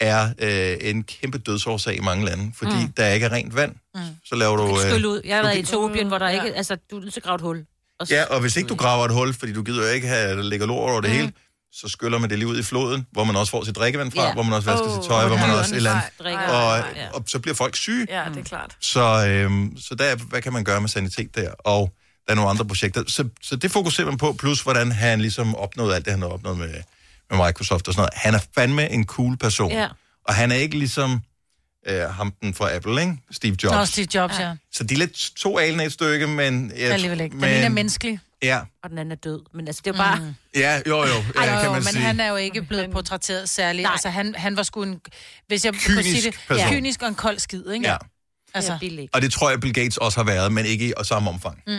S1: er øh, en kæmpe dødsårsag i mange lande, fordi
S2: Mm.
S1: mm. der ikke er rent vand.
S2: Mm.
S1: Så laver du...
S2: Du kan
S1: øh,
S2: skylle ud. Jeg har
S1: du
S2: været i
S1: kan-
S2: Etiopien, hvor der ikke... Altså, du er nødt til at grave et hul. Og så-
S1: Ja, og hvis ikke du graver et hul, fordi du gider jo ikke have, at der ligger lort
S2: Mm.
S1: over det hele, så skyller man det lige ud i floden, hvor man også får sit drikkevand fra,
S2: Ja.
S1: hvor man også vasker
S2: Åh,
S1: sit tøj,
S2: hvor
S1: hvor man
S2: dyrene
S1: også et eller andet.
S2: fra- drikker.
S1: Og,
S2: Ja, ja.
S1: og så bliver folk syge.
S4: Ja, det er klart.
S1: Så, øhm, så der, hvad kan man gøre med sanitet der? Og der er nogle andre projekter. Så, så det fokuserer man på, plus hvordan han ligesom opnåede alt det, han har opnået med, med Microsoft og sådan noget. Han er fandme en cool person.
S3: Ja.
S1: Og han er ikke ligesom øh, ham den fra Apple, ikke? Steve Jobs.
S3: Nå, Steve Jobs, ja.
S1: Så de er lidt to alene i et stykke, men...
S3: ja. Alligevel ikke. Den ene er menneskelig.
S1: Ja,
S2: Og den anden er død. Men altså, det er jo bare... Mm.
S1: Ja, jo, jo,
S3: Ej,
S1: ja,
S3: jo,
S1: kan
S3: jo,
S1: man
S3: men
S1: sige.
S3: han er jo ikke blevet portrætteret særligt. Nej. Altså, han, han var sgu en... Hvis jeg kunne
S1: Kynisk
S3: sige det,
S1: person.
S3: kynisk og en kold skid, ikke?
S1: Ja.
S3: Altså.
S1: Og det tror jeg, Bill Gates også har været, men ikke i og samme omfang.
S2: Mm.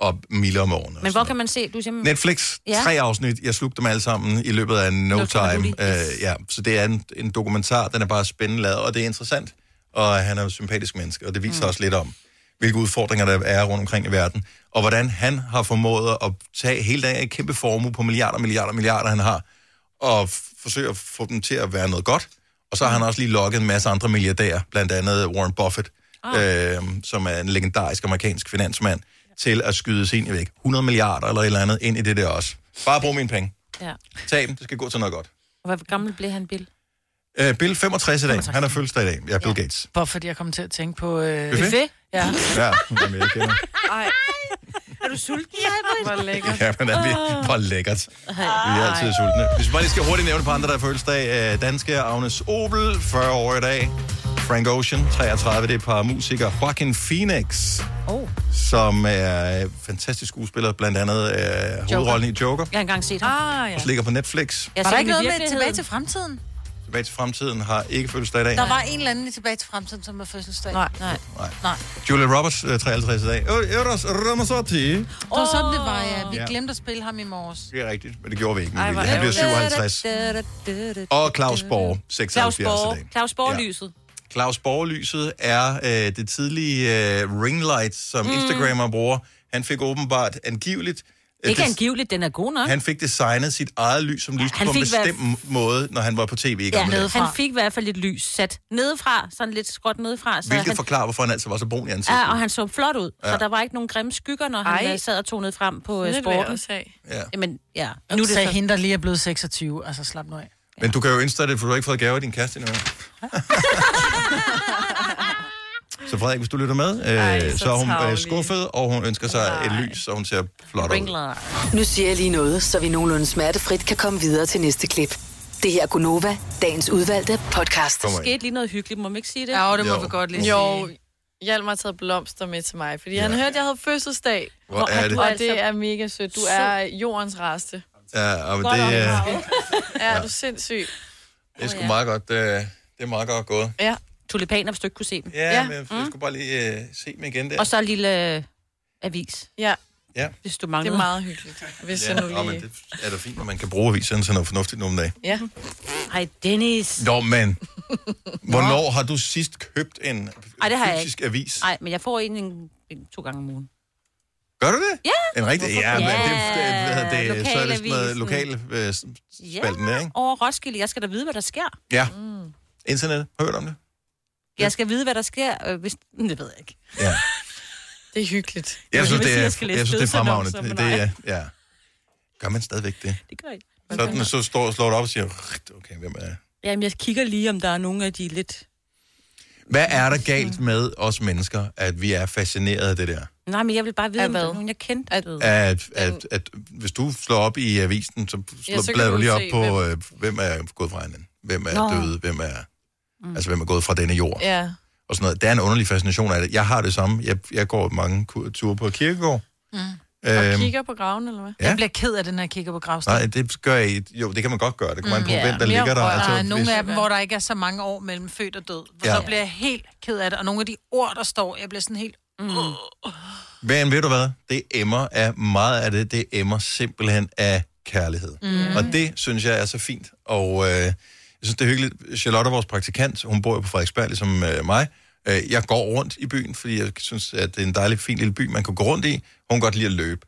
S1: Og milde om årene.
S2: Men hvor kan man se... Du siger,
S1: Netflix,
S2: Ja.
S1: tre afsnit. Jeg slugte dem alle sammen i løbet af no,
S2: No time,
S1: time.
S2: yes.
S1: Øh, ja, så det er en, en dokumentar, den er bare spændende lavet, og det er interessant. Og han er jo en sympatisk menneske, og det viser mm. også lidt om, hvilke udfordringer der er rundt omkring i verden, og hvordan han har formået at tage hele dagen en kæmpe formue på milliarder, milliarder, milliarder, han har, og f- forsøge at få dem til at være noget godt. Og så har han også lige lokket en masse andre milliardærer, blandt andet Warren Buffett, oh. øh, som er en legendarisk amerikansk finansmand, til at skyde sin væk. 100 milliarder eller et eller andet ind i det der også. Bare brug mine penge.
S2: Ja.
S1: Tag dem, det skal gå til noget godt.
S2: Hvor gammel blev han, Bill?
S1: Øh, Bill 65 i dag, han har fødselsdag i dag. Ja, Bill Gates.
S3: Bare fordi jeg kom til at tænke på... Øh...
S1: Buffet? Buffet?
S3: Ja.
S1: Ja, jamen, jeg kender.
S4: Ej.
S2: Er du sulten, Maja?
S4: Hvor lækkert.
S1: Ja, men er vi, hvor lækkert. Vi er altid sultne. Hvis vi bare lige skal hurtigt nævne på andre, der er fødselsdag. øh, Danske Agnes Obel, 40 år i dag. Frank Ocean, 33, det er et par musikere. Joaquin Phoenix,
S2: Oh.
S1: som er øh, fantastisk skuespiller, blandt andet øh, hovedrollen i Joker.
S2: Jeg har engang set ham. Ah, ja.
S1: Også ligger på Netflix.
S3: Var der ikke noget med tilbage til fremtiden?
S1: Tilbage til fremtiden har ikke fødselsdag i dag.
S3: Der var en eller anden i tilbage til fremtiden, som var fødselsdag. Nej. Nej.
S1: Nej.
S3: Nej.
S1: Julia Roberts, øh, 53 i dag. Øh, Eros Ramazzotti.
S3: Det var sådan, det var, ja. Vi
S1: Ja.
S3: glemte at spille ham i morges.
S1: Det er rigtigt, men det gjorde vi ikke.
S3: Ej,
S1: Ej,
S3: hvor
S1: han bliver
S3: ærgerligt.
S1: 57. Og Claus Borg,
S2: Claus
S1: 76 i dag.
S2: Borg. Claus Borg-lyset.
S1: Claus Borg-lyset er øh, det tidlige øh, ringlight, som
S2: Mm.
S1: mm. Instagrammer bruger. Han fik åbenbart angiveligt... øh,
S2: Ikke
S1: des-
S2: angiveligt, den er god nok.
S1: Han fik designet sit eget lys, som lyste
S2: han
S1: på en
S2: fik været-
S1: bestemt måde, når han var på tv i
S2: Ja,
S1: gamle dage.
S2: han fik i hvert fald lidt lys sat nedefra, sådan lidt skråt nedefra. Så
S1: Hvilket
S2: han,
S1: forklarer, hvorfor han altid var så brun i ansigtet.
S2: ja, og han så flot ud, ja. så
S1: Ja.
S2: der var ikke nogen grimme skygger, når han
S3: Ej.
S2: øh, sad og tog ned frem på
S3: Sådan
S2: øh,
S3: vil jeg
S2: sporten.
S3: også
S1: Ja.
S2: Jamen, ja.
S3: Nu er det så... hende, der lige er blevet 26. Altså, slap nu af.
S1: Men du kan jo indstille det, for du har ikke fået gaver af din kæreste endnu. så Frederik, hvis du lytter med, øh,
S6: Ej,
S1: så,
S6: så
S1: så er hun øh,
S6: tarvelig.
S1: skuffet, og hun ønsker sig et lys, og hun ser flot ud.
S6: Nu siger jeg lige noget, så vi nogenlunde smertefrit kan komme videre til næste klip. Det her er Gunova, dagens udvalgte podcast.
S2: Der skete lige noget hyggeligt, må man ikke sige det?
S4: Ja,
S6: det må Jo. vi godt lige
S4: Jo, Hjalmar har taget blomster med til mig, fordi ja. han hørte, at jeg havde fødselsdag.
S1: Hvor Hvor er er det? du
S4: Og
S1: altså
S4: det er mega sødt. Du er jordens raste.
S1: Ja, og det, øh, det er
S4: Ja, du er sindssyg.
S1: sgu meget godt, øh, det er meget godt gået.
S4: Ja.
S2: Tulipaner, hvis du ikke kunne se dem.
S1: Ja, ja. men jeg skulle bare lige øh, se dem igen der.
S2: Og så en lille øh, avis.
S4: Ja.
S1: Ja.
S2: Hvis du mangler.
S4: Det er meget hyggeligt, hvis
S1: ja,
S4: jeg nu lige...
S1: nå, men det er da fint, når man kan bruge aviserne til noget fornuftigt nogle dage.
S4: Ja.
S2: Hej, Dennis.
S1: Nå, men hvornår har du sidst købt en
S2: Ej, det har jeg
S1: fysisk
S2: ikke.
S1: avis?
S2: Nej, men jeg får en, en, en to gange om ugen.
S1: Gør du det?
S2: Ja.
S1: En rigtig? Ja, men det, det, det, det, det så er det sådan noget
S2: Lokalavisen.
S1: lokal øh,
S2: Ja,
S1: spalten der, ikke?
S2: over Roskilde. Jeg skal da vide, hvad der sker.
S1: Ja. Mm. Internet, har du hørt om det?
S2: Jeg skal vide, hvad der sker, øh, hvis... Det ved jeg ikke.
S1: Ja.
S4: Det er hyggeligt.
S1: Jeg synes,
S2: vil
S1: det
S2: sige,
S1: er,
S2: at
S1: jeg
S2: skal læse
S1: synes, det er fremragende.
S2: dødsannoncer,
S1: Det,
S2: men
S1: det
S2: nej.
S1: er, ja. Gør man stadigvæk det?
S2: Det gør jeg ikke.
S1: Sådan, så står, slår det op og siger, okay, hvem er
S2: Jamen, jeg kigger lige, om der er nogen af de lidt...
S1: Hvad er der galt med os mennesker, at vi er fascineret af det der?
S2: Nej, men jeg vil bare vide, om der er nogen, jeg kendte. At,
S1: At, at, at hvis du slår op i avisen, så,
S2: Ja,
S1: slår,
S2: så kan
S1: bladrer
S2: du
S1: du lige op
S2: se,
S1: på,
S2: hvem-
S1: hvem, hvem er gået fra hinanden, hvem er
S2: Nå.
S1: døde, hvem er, altså, hvem er gået fra denne jord,
S4: Ja.
S1: og sådan noget. Der er en underlig fascination af det. Jeg har det samme. Jeg, jeg går mange kur- ture på kirkegård.
S3: Mm.
S1: Øhm,
S3: Og kigger på graven, eller hvad?
S1: ja.
S3: Jeg bliver ked af det, når jeg kigger på gravsten.
S1: nej, det gør jeg ikke. Jo, det kan man godt gøre. Det kommer an på, hvem der ligger der.
S3: Altså, der er
S1: hvis-
S3: nogle af dem, hvor der ikke er så mange år mellem født og død. Ja.
S1: Ja.
S3: Så bliver jeg helt ked af det. Og nogle af de ord, der står, jeg bliver sådan helt... Mm.
S1: Men ved du hvad? Det emmer af meget af det. Det emmer simpelthen af kærlighed.
S3: Mm.
S1: Mm. Og det synes jeg er så fint. Og øh, jeg synes, det er hyggeligt. Charlotte, vores praktikant, hun bor jo på Frederiksberg, ligesom øh, mig. Øh, jeg går rundt i byen, fordi jeg synes, at det er en dejlig, fin lille by, man kan gå rundt i. Hun kan godt lide at løbe.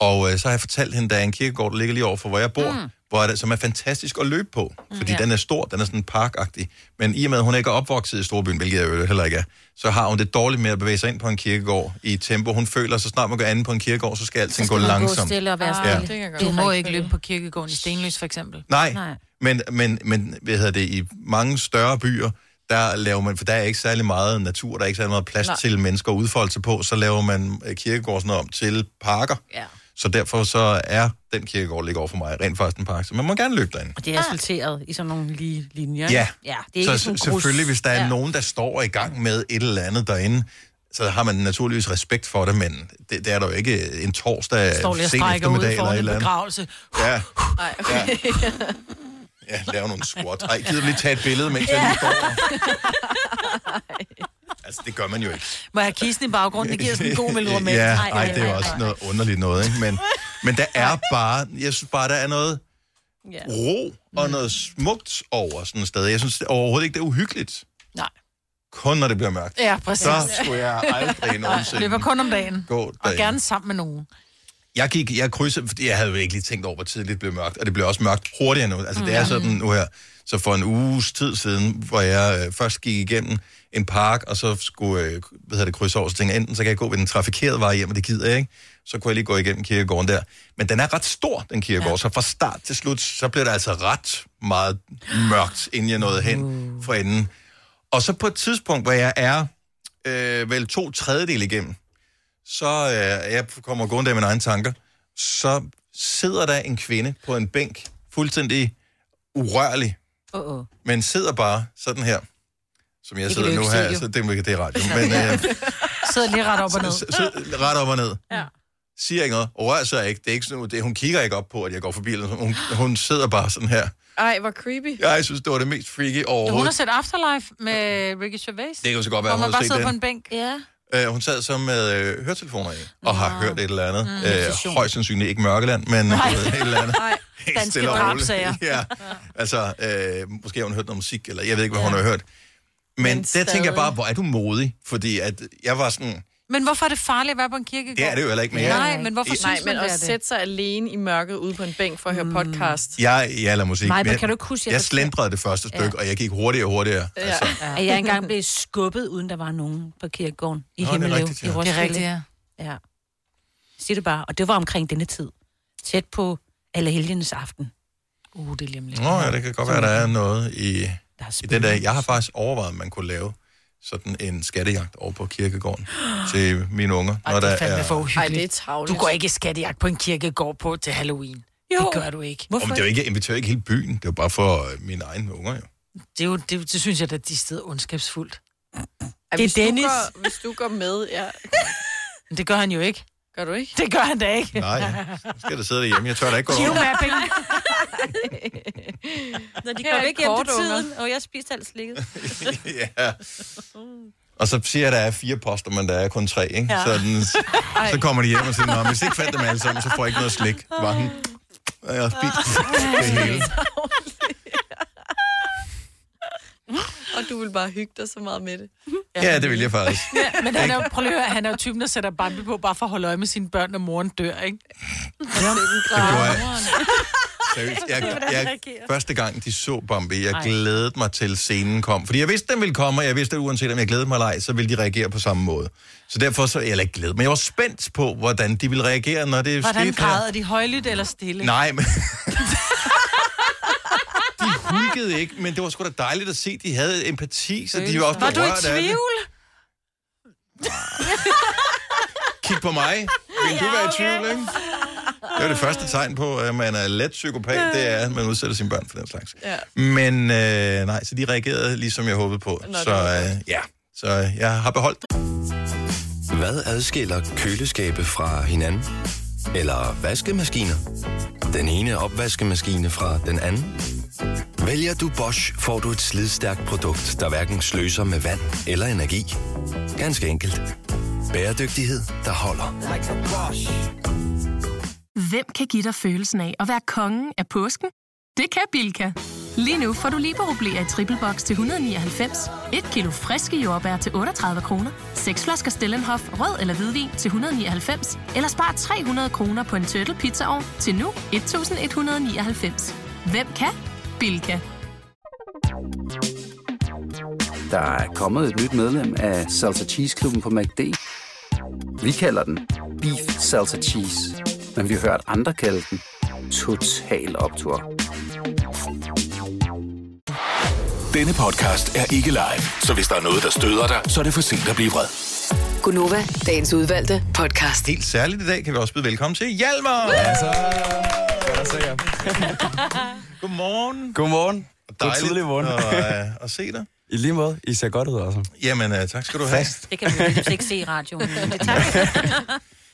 S1: Og øh, så har jeg fortalt hende, der er en kirkegård, der ligger lige overfor, hvor jeg bor, mm. hvor er det, som er fantastisk at løbe på. Fordi
S16: ja.
S1: den er stor, den er sådan parkagtig. Men i og med, at hun ikke er opvokset i Storbyen, hvilket jeg jo heller ikke er, så har hun det dårligt med at bevæge sig ind på en kirkegård i et tempo. Hun føler, så snart man går anden på en kirkegård, så skal alting gå langsomt.
S2: Ah,
S3: Du må ikke løbe på kirkegården i Stenløs, for eksempel.
S1: Nej, Men, men, men hvad hedder det, i mange større byer, der laver man, for der er ikke særlig meget natur, der er ikke særlig meget plads
S3: Nej.
S1: Nej. til mennesker at udfolde sig på, så laver man øh, kirkegård sådan noget om til parker.
S2: Ja.
S1: Så derfor så er den kirkegård, der ligger over for mig, rent faktisk en park, så man må gerne løbe derinde.
S2: Og det er asfalteret i sådan nogle lige linjer.
S1: Ja.
S2: ja det er ikke
S1: så
S2: sådan en
S1: se-
S2: grus.
S1: selvfølgelig, hvis der er ja. nogen, der står i gang med et eller andet derinde, så har man naturligvis respekt for det, men det, det er der jo ikke en torsdag
S3: Står lige og
S1: sen
S3: strækker ud
S1: eftermiddag eller
S3: for
S1: et
S3: en
S1: eller andet.
S3: begravelse.
S1: Ja,
S4: Nej, okay.
S1: ja lave nogle squat. Ej, gider du lige tage et billede, mens jeg lige står Altså, det gør man jo ikke.
S3: Må jeg have kisten i baggrunden? Det giver sådan en god melodi med.
S1: ja, ej, det er jo også noget underligt noget, ikke? Men, men der er bare, jeg synes bare, der er noget
S3: Ja. Mm.
S1: ro og noget smukt over sådan et sted. Jeg synes overhovedet ikke, det er uhyggeligt.
S3: Nej.
S1: Kun når det bliver mørkt.
S3: Ja, præcis.
S1: Så skulle jeg aldrig
S3: Nej,
S1: nogensinde
S3: Løber kun om dagen.
S1: gå
S3: Og
S1: derinde.
S3: gerne sammen med nogen.
S1: Jeg gik, jeg krydsede, fordi jeg havde jo ikke lige tænkt over, hvor tidligt det blev mørkt, og det blev også mørkt hurtigere nu. Altså, det er
S16: Mm.
S1: sådan nu her. Så for en uges tid siden, hvor jeg øh, først gik igennem en park, og så skulle øh, hvad hedder det, krydse over, så tænkte jeg, enten så kan jeg gå ved den trafikerede vej hjem, og det gider jeg ikke, så kunne jeg lige gå igennem kirkegården der. Men den er ret stor, den kirkegård, ja. så fra start til slut, så blev det altså ret meget mørkt, inden jeg nåede hen fra enden. Og så på et tidspunkt, hvor jeg er øh, vel to tredjedel igennem, så øh, jeg kommer gående af mine egne tanker, så sidder der en kvinde på en bænk, fuldstændig urørlig,
S2: Åh, åh.
S1: men sidder bare sådan her, som jeg
S3: Det kan
S1: sidder
S3: vi jo
S1: nu
S3: ikke se,
S1: her,
S3: jo.
S1: så det, er- det er radio, men øh,
S3: Sidder lige ret op og ned.
S1: så, så, ret op og ned.
S3: Ja.
S1: Siger ikke noget, rører sig ikke, det er ikke sådan, det, hun kigger ikke op på, at jeg går forbi, eller sådan. hun, hun sidder bare sådan her.
S4: Ej, hvor creepy.
S1: Jeg synes, det var det mest freaky
S3: Hun har
S1: overhovedet.
S3: set Afterlife med Ricky Gervais.
S1: Det kan jo så godt være,
S3: Hvor
S1: hun
S3: man
S1: har
S3: bare
S1: set
S3: sidder på
S1: den.
S3: en bænk.
S2: Ja.
S1: Øh, hun sad så med øh, høretelefoner i, og har hørt et eller andet.
S3: Mm.
S1: Mm, øh, højst sandsynligt ikke Mørkeland, men du
S3: Nej.
S1: ved, et eller andet.
S3: Nej. Danske
S1: stille og roligt.
S3: drabsager.
S1: ja. Altså, øh, måske har hun hørt noget musik, eller jeg ved ikke, hvad hun har hørt. Men, Men der tænker jeg
S3: stadig.
S1: bare, hvor er du modig? Fordi at jeg var sådan,
S3: Men hvorfor er det farligt at være på en kirkegård?
S1: det er det jo heller ikke mere.
S3: Nej, men hvorfor synes
S4: Nej,
S3: man,
S4: men
S3: det
S4: at
S3: er det? Mm.
S4: sætte sig alene i mørket ude på en bænk for at høre podcast.
S1: Jeg, jeg lader musik.
S2: Nej, men
S1: men
S2: kan du ikke huske, jeg
S1: jeg, jeg
S2: fortalte-
S1: slendrede det første stykke,
S2: Ja.
S1: og jeg gik hurtigere og hurtigere.
S4: Ja.
S1: Altså,
S2: At jeg engang blev skubbet, uden der var nogen på kirkegården i
S1: Nå, det er
S2: Himmeløv
S1: rigtigt, ja.
S2: i Roskilde.
S3: Det er rigtigt, ja.
S2: ja. Sig det bare. Og det var omkring denne tid. Tæt på alle helgenes aften.
S3: Uh, det er lige om lidt.
S1: Nå ja, det kan godt være, der er noget i, i
S3: spøgelser.
S1: den der. Jeg har faktisk overvejet, om man kunne lave sådan en skattejagt over på kirkegården til mine unger.
S3: Ej, det er fandme for
S1: jo,
S3: uhyggeligt. Ej, det er travligt. Du går ikke i skattejagt på en kirkegård på til Halloween. Jo. Det gør du ikke.
S1: men det er jo ikke, jeg inviterer ikke hele byen. Det er jo bare for øh, mine egne unger, jo.
S3: Det, er jo, det, er jo- det synes jeg, at de steder ondskabsfuldt.
S4: Ej, hvis Du går, hvis du går med, ja.
S3: Men det gør han jo ikke.
S4: Gør du ikke?
S3: Det gør han da ikke.
S1: Nej, ja. Så skal jeg da sidde derhjemme. Jeg tør da ikke gå over.
S3: Geomapping.
S2: Når de
S4: Her
S2: kom
S4: er
S2: ikke hjem til
S4: kortunger.
S2: tiden, og jeg spiste alt slikket.
S1: ja. Og så siger jeg, at der er fire poster, men der er kun tre, ikke?
S2: Ja.
S1: Ja. Så, den,
S2: Ej.
S1: så kommer de hjem og siger, "Nå, hvis jeg ikke fandt dem alle sammen, så får jeg ikke noget slik. Det var han. Og jeg har spist det hele.
S4: Og du vil bare hygge dig så meget med det.
S1: Ja, det vil jeg faktisk.
S3: Ja, men han er, jo, prøv lige at høre, han er jo typen, der sætter bambi på, bare for at holde øje med sine børn, når moren dør, ikke? Ja,
S1: Det gjorde jeg. Seriøst, jeg, jeg, første gang, de så Bambi, jeg
S3: Ej.
S1: glædede mig til scenen kom. Fordi jeg vidste, den ville komme, og jeg vidste, at uanset om jeg glædede mig eller ej, så ville de reagere på samme måde. Så derfor så, eller ikke glæde, men jeg var spændt på, hvordan de ville reagere, når det
S3: Hvordan
S1: skete.
S3: græder de? Højlydt eller stille?
S1: Nej, men... de hulkede ikke, men det var sgu da dejligt at se, de havde empati, så de var også
S3: Var du i
S1: berørt af det.
S3: tvivl?
S1: Kig på mig. Vil du være i tvivl, ikke? Det er jo det første tegn på, at man er let psykopat, det er, at man udsætter sine børn for den slags.
S4: Ja.
S1: Men øh, nej, så de reagerede, ligesom jeg håbede på.
S16: Nå,
S1: Nå,
S16: det
S1: så
S16: var
S1: øh, ja, så øh, jeg har beholdt
S16: Hvad adskiller køleskabe fra hinanden? Eller vaskemaskiner? Den ene opvaskemaskine fra den anden? Vælger du Bosch, får du et slidstærkt produkt, der hverken sløser med vand eller energi. Ganske enkelt. Bæredygtighed, der holder.
S10: Like a Bosch. Hvem kan give dig følelsen af at være kongen af påsken? Det kan Bilka! Lige nu får du liberobleer i triple box til 199, et kilo friske jordbær til 38 kroner, seks flasker Stellenhof rød eller hvidvin til 199, eller spar 300 kroner på en turtle pizzaovn til nu 1199. Hvem kan? Bilka!
S17: Der er kommet et nyt medlem af Salsa Cheese Klubben på MACD. Vi kalder den Beef Salsa Cheese, men vi har hørt andre kalde den Total Optor.
S8: Denne podcast er ikke live, så hvis der er noget, der støder dig, så er det for sent at blive vred.
S6: Gunova, dagens udvalgte podcast.
S1: Helt særligt i dag kan vi også byde velkommen til Hjalmar. Ja, så. Ja, så ja. Godmorgen.
S20: Godmorgen. God
S1: Dejligt
S20: tidlig morgen.
S1: at, øh, at se dig.
S20: I lige måde. I ser godt ud også.
S1: Jamen, øh, tak skal du have.
S20: Fast.
S2: Det kan vi jo heldigvis ikke se i radioen. men Det tak.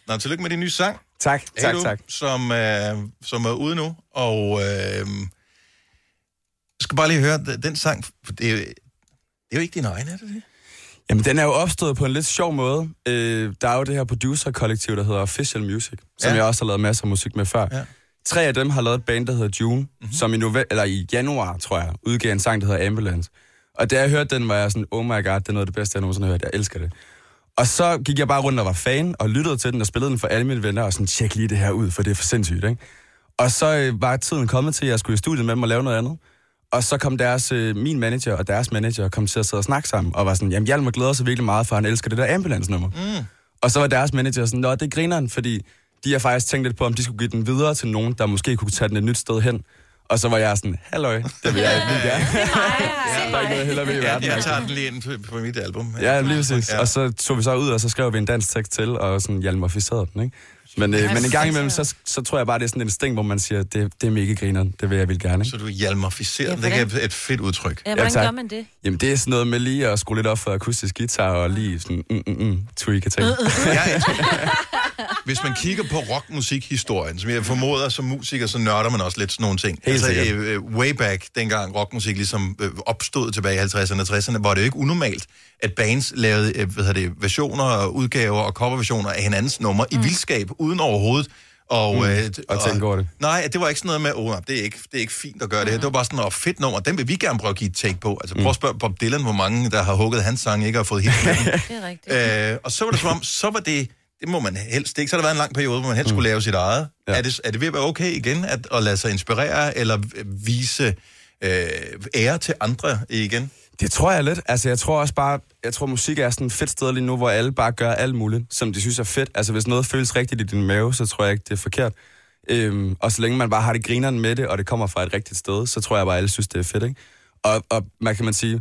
S1: Nå, tillykke med din nye sang.
S20: Tak, tak,
S1: Alo,
S20: tak.
S1: Som, øh, som er ude nu, og øh, jeg skal bare lige høre, d- den sang, for det er, jo- det er jo ikke din egen, er det det?
S20: Jamen, den er jo opstået på en lidt sjov måde. Øh, der er jo det her producer-kollektiv, der hedder Official Music,
S1: Ja.
S20: som ja. jeg også har lavet masser af musik med før.
S1: Ja. Mhm.
S20: Tre af dem har lavet et band, der hedder June, mm-hmm. som i, nove- eller i januar, tror jeg, udgav en sang, der hedder Ambulance. Og da jeg hørte den, var jeg sådan, oh my god, det er noget af det bedste, jeg nogensinde har hørt. Jeg elsker det. Og så gik jeg bare rundt og var fan, og lyttede til den, og spillede den for alle mine venner, og sådan, tjek lige det her ud, for det er for sindssygt, ikke? Og så øh, var tiden kommet til, at jeg skulle i studiet med dem og lave noget andet. Og så kom deres, øh, min manager og deres manager kom til at sidde og snakke sammen, og var sådan, jamen Hjalmar glæder sig virkelig meget, for han elsker det der ambulance-nummer.
S21: Mm.
S20: Og så var deres manager sådan, nå, det griner han, fordi de har faktisk tænkt lidt på, om de skulle give den videre til nogen, der måske kunne tage den et nyt sted hen. Og så var jeg sådan, halløj, det vil jeg ikke lige gerne. Der er ikke noget hellere ved i
S1: Ja,
S20: verden.
S1: Jeg
S20: altså.
S1: tager den lige ind på, på mit album.
S20: Ja, lige præcis. Og så tog vi så ud, og så skrev vi en dansk tekst til, og sådan hjalmarificerede den, ikke? Men, øh,
S1: Ja,
S20: men en gang
S1: sindssygt.
S20: imellem, så, så tror jeg bare, det er sådan et instinkt, hvor man siger, det, det er mega grineren, det vil jeg vil gerne. Ikke?
S1: Så du hjalmarificerer, ja, det
S20: hvordan-
S1: er et fedt udtryk.
S2: Ja, hvordan
S20: tak.
S2: gør man det?
S20: Jamen, det er sådan noget med lige at skrue lidt op for akustisk guitar og lige sådan, mm, mm, mm, tweake ting.
S1: Hvis man kigger på rockmusikhistorien, som jeg formoder som musiker, så nørder man også lidt sådan nogle ting.
S20: Helt sikkert.
S1: øh, øh, way back, dengang rockmusik ligesom øh, opstod tilbage i 50'erne og 60'erne, var det jo ikke unormalt, at bands lavede øh, hvad hedder det, versioner og udgaver og coverversioner af hinandens numre mm. i vildskab, uden overhovedet. Og,
S20: Mm,
S1: øh,
S20: at tænke over det.
S1: Nej, det var ikke sådan noget med, åh, oh, det, er ikke, det er ikke fint at gøre det her. Det var bare sådan, åh, fedt nummer, den vil vi gerne prøve at give et take på. Altså,
S20: Mm.
S1: prøv at spørge Bob Dylan, hvor mange, der har hugget hans sang, ikke har fået helt
S2: Det er rigtigt.
S1: Øh, og så var det som om, så var det, det må man helst ikke, så har der været en lang periode, hvor man helst skulle lave sit eget. Ja. Er, det, er det ved at være okay igen at, at lade sig inspirere eller vise øh, ære til andre igen?
S20: Det tror jeg lidt. Altså, jeg tror også bare, jeg tror, musik er sådan et fedt sted lige nu, hvor alle bare gør alt muligt, som de synes er fedt. Altså, hvis noget føles rigtigt i din mave, så tror jeg ikke, det er forkert. Øhm, og så længe man bare har det grineren med det, og det kommer fra et rigtigt sted, så tror jeg bare, at alle synes, det er fedt, ikke? Og, og man kan man sige,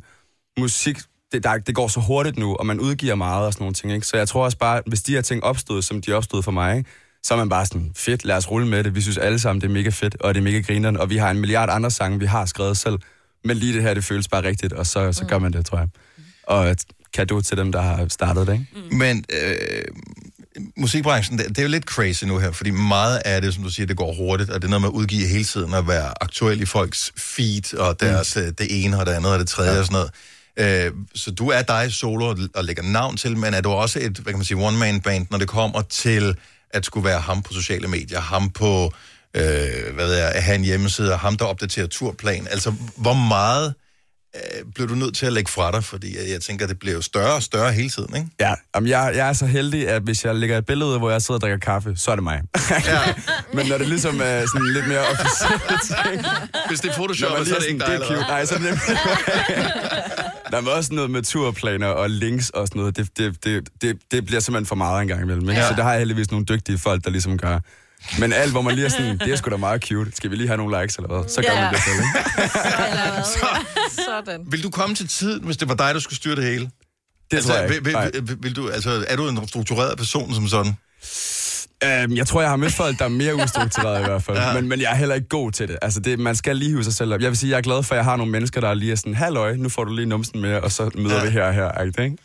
S20: musik, det, der, det går så hurtigt nu, og man udgiver meget og sådan nogle ting, ikke? Så jeg tror også bare, hvis de her ting opstod, som de opstod for mig, ikke? så er man bare sådan, fedt, lad os rulle med det. Vi synes alle sammen, det er mega fedt, og det er mega grineren, og vi har en milliard andre sange, vi har skrevet selv. Men lige det her, det føles bare rigtigt, og så, så gør man det, tror jeg. Og et kado til dem, der har startet det, ikke?
S1: Men øh, musikbranchen, det, det er jo lidt crazy nu her, fordi meget af det, som du siger, det går hurtigt, og det er noget med at udgive hele tiden og være aktuel i folks feed, og deres, mm. det ene og det andet og det tredje ja. og sådan noget. Øh, så du er dig solo og, og lægger navn til, men er du også et, hvad kan man sige, one-man-band, når det kommer til at skulle være ham på sociale medier, ham på, øh, hvad ved jeg, at have en hjemmeside, og ham, der opdaterer turplan. Altså, hvor meget øh, blev du nødt til at lægge fra dig? Fordi jeg, jeg tænker, det bliver jo større og større hele tiden, ikke?
S20: Ja, jamen jeg, jeg er så heldig, at hvis jeg lægger et billede ud, hvor jeg sidder og drikker kaffe, så er det mig. Ja. Men når det ligesom er sådan lidt mere officielt... ikke?
S1: Hvis det er
S20: Når man
S1: photoshoppet, så
S20: lige
S1: er det ikke dig,
S20: sådan,
S1: eller
S20: det er cute.
S1: hvad?
S20: Nej, så er det nemlig- Der var også noget med turplaner og links og sådan noget. Det, det, det, det, det bliver simpelthen for meget en gang imellem. Ikke? Ja. Ja. Så der har jeg heldigvis nogle dygtige folk, der ligesom gør... Men alt, hvor man lige er sådan, det er sgu da meget cute. Skal vi lige have nogle likes eller hvad? Så gør
S4: Ja.
S20: man det selv, ikke?
S4: Sådan.
S1: Vil du komme til tiden, hvis det var dig, der skulle styre det hele?
S20: Det
S1: altså,
S20: tror jeg
S1: Vil,
S20: ikke.
S1: vil, vil, vil du, altså, er du en struktureret person som sådan?
S20: Øhm, jeg tror, jeg har mødt folk, der er mere ustruktureret i hvert fald.
S1: Ja.
S20: Ja. Men, men jeg er heller ikke god til det. Altså, det, man skal lige hive sig selv op. Jeg vil sige, jeg er glad for, at jeg har nogle mennesker, der lige er sådan, halløj, nu får du lige numsen med, og så møder ja. vi her og her. Ikke?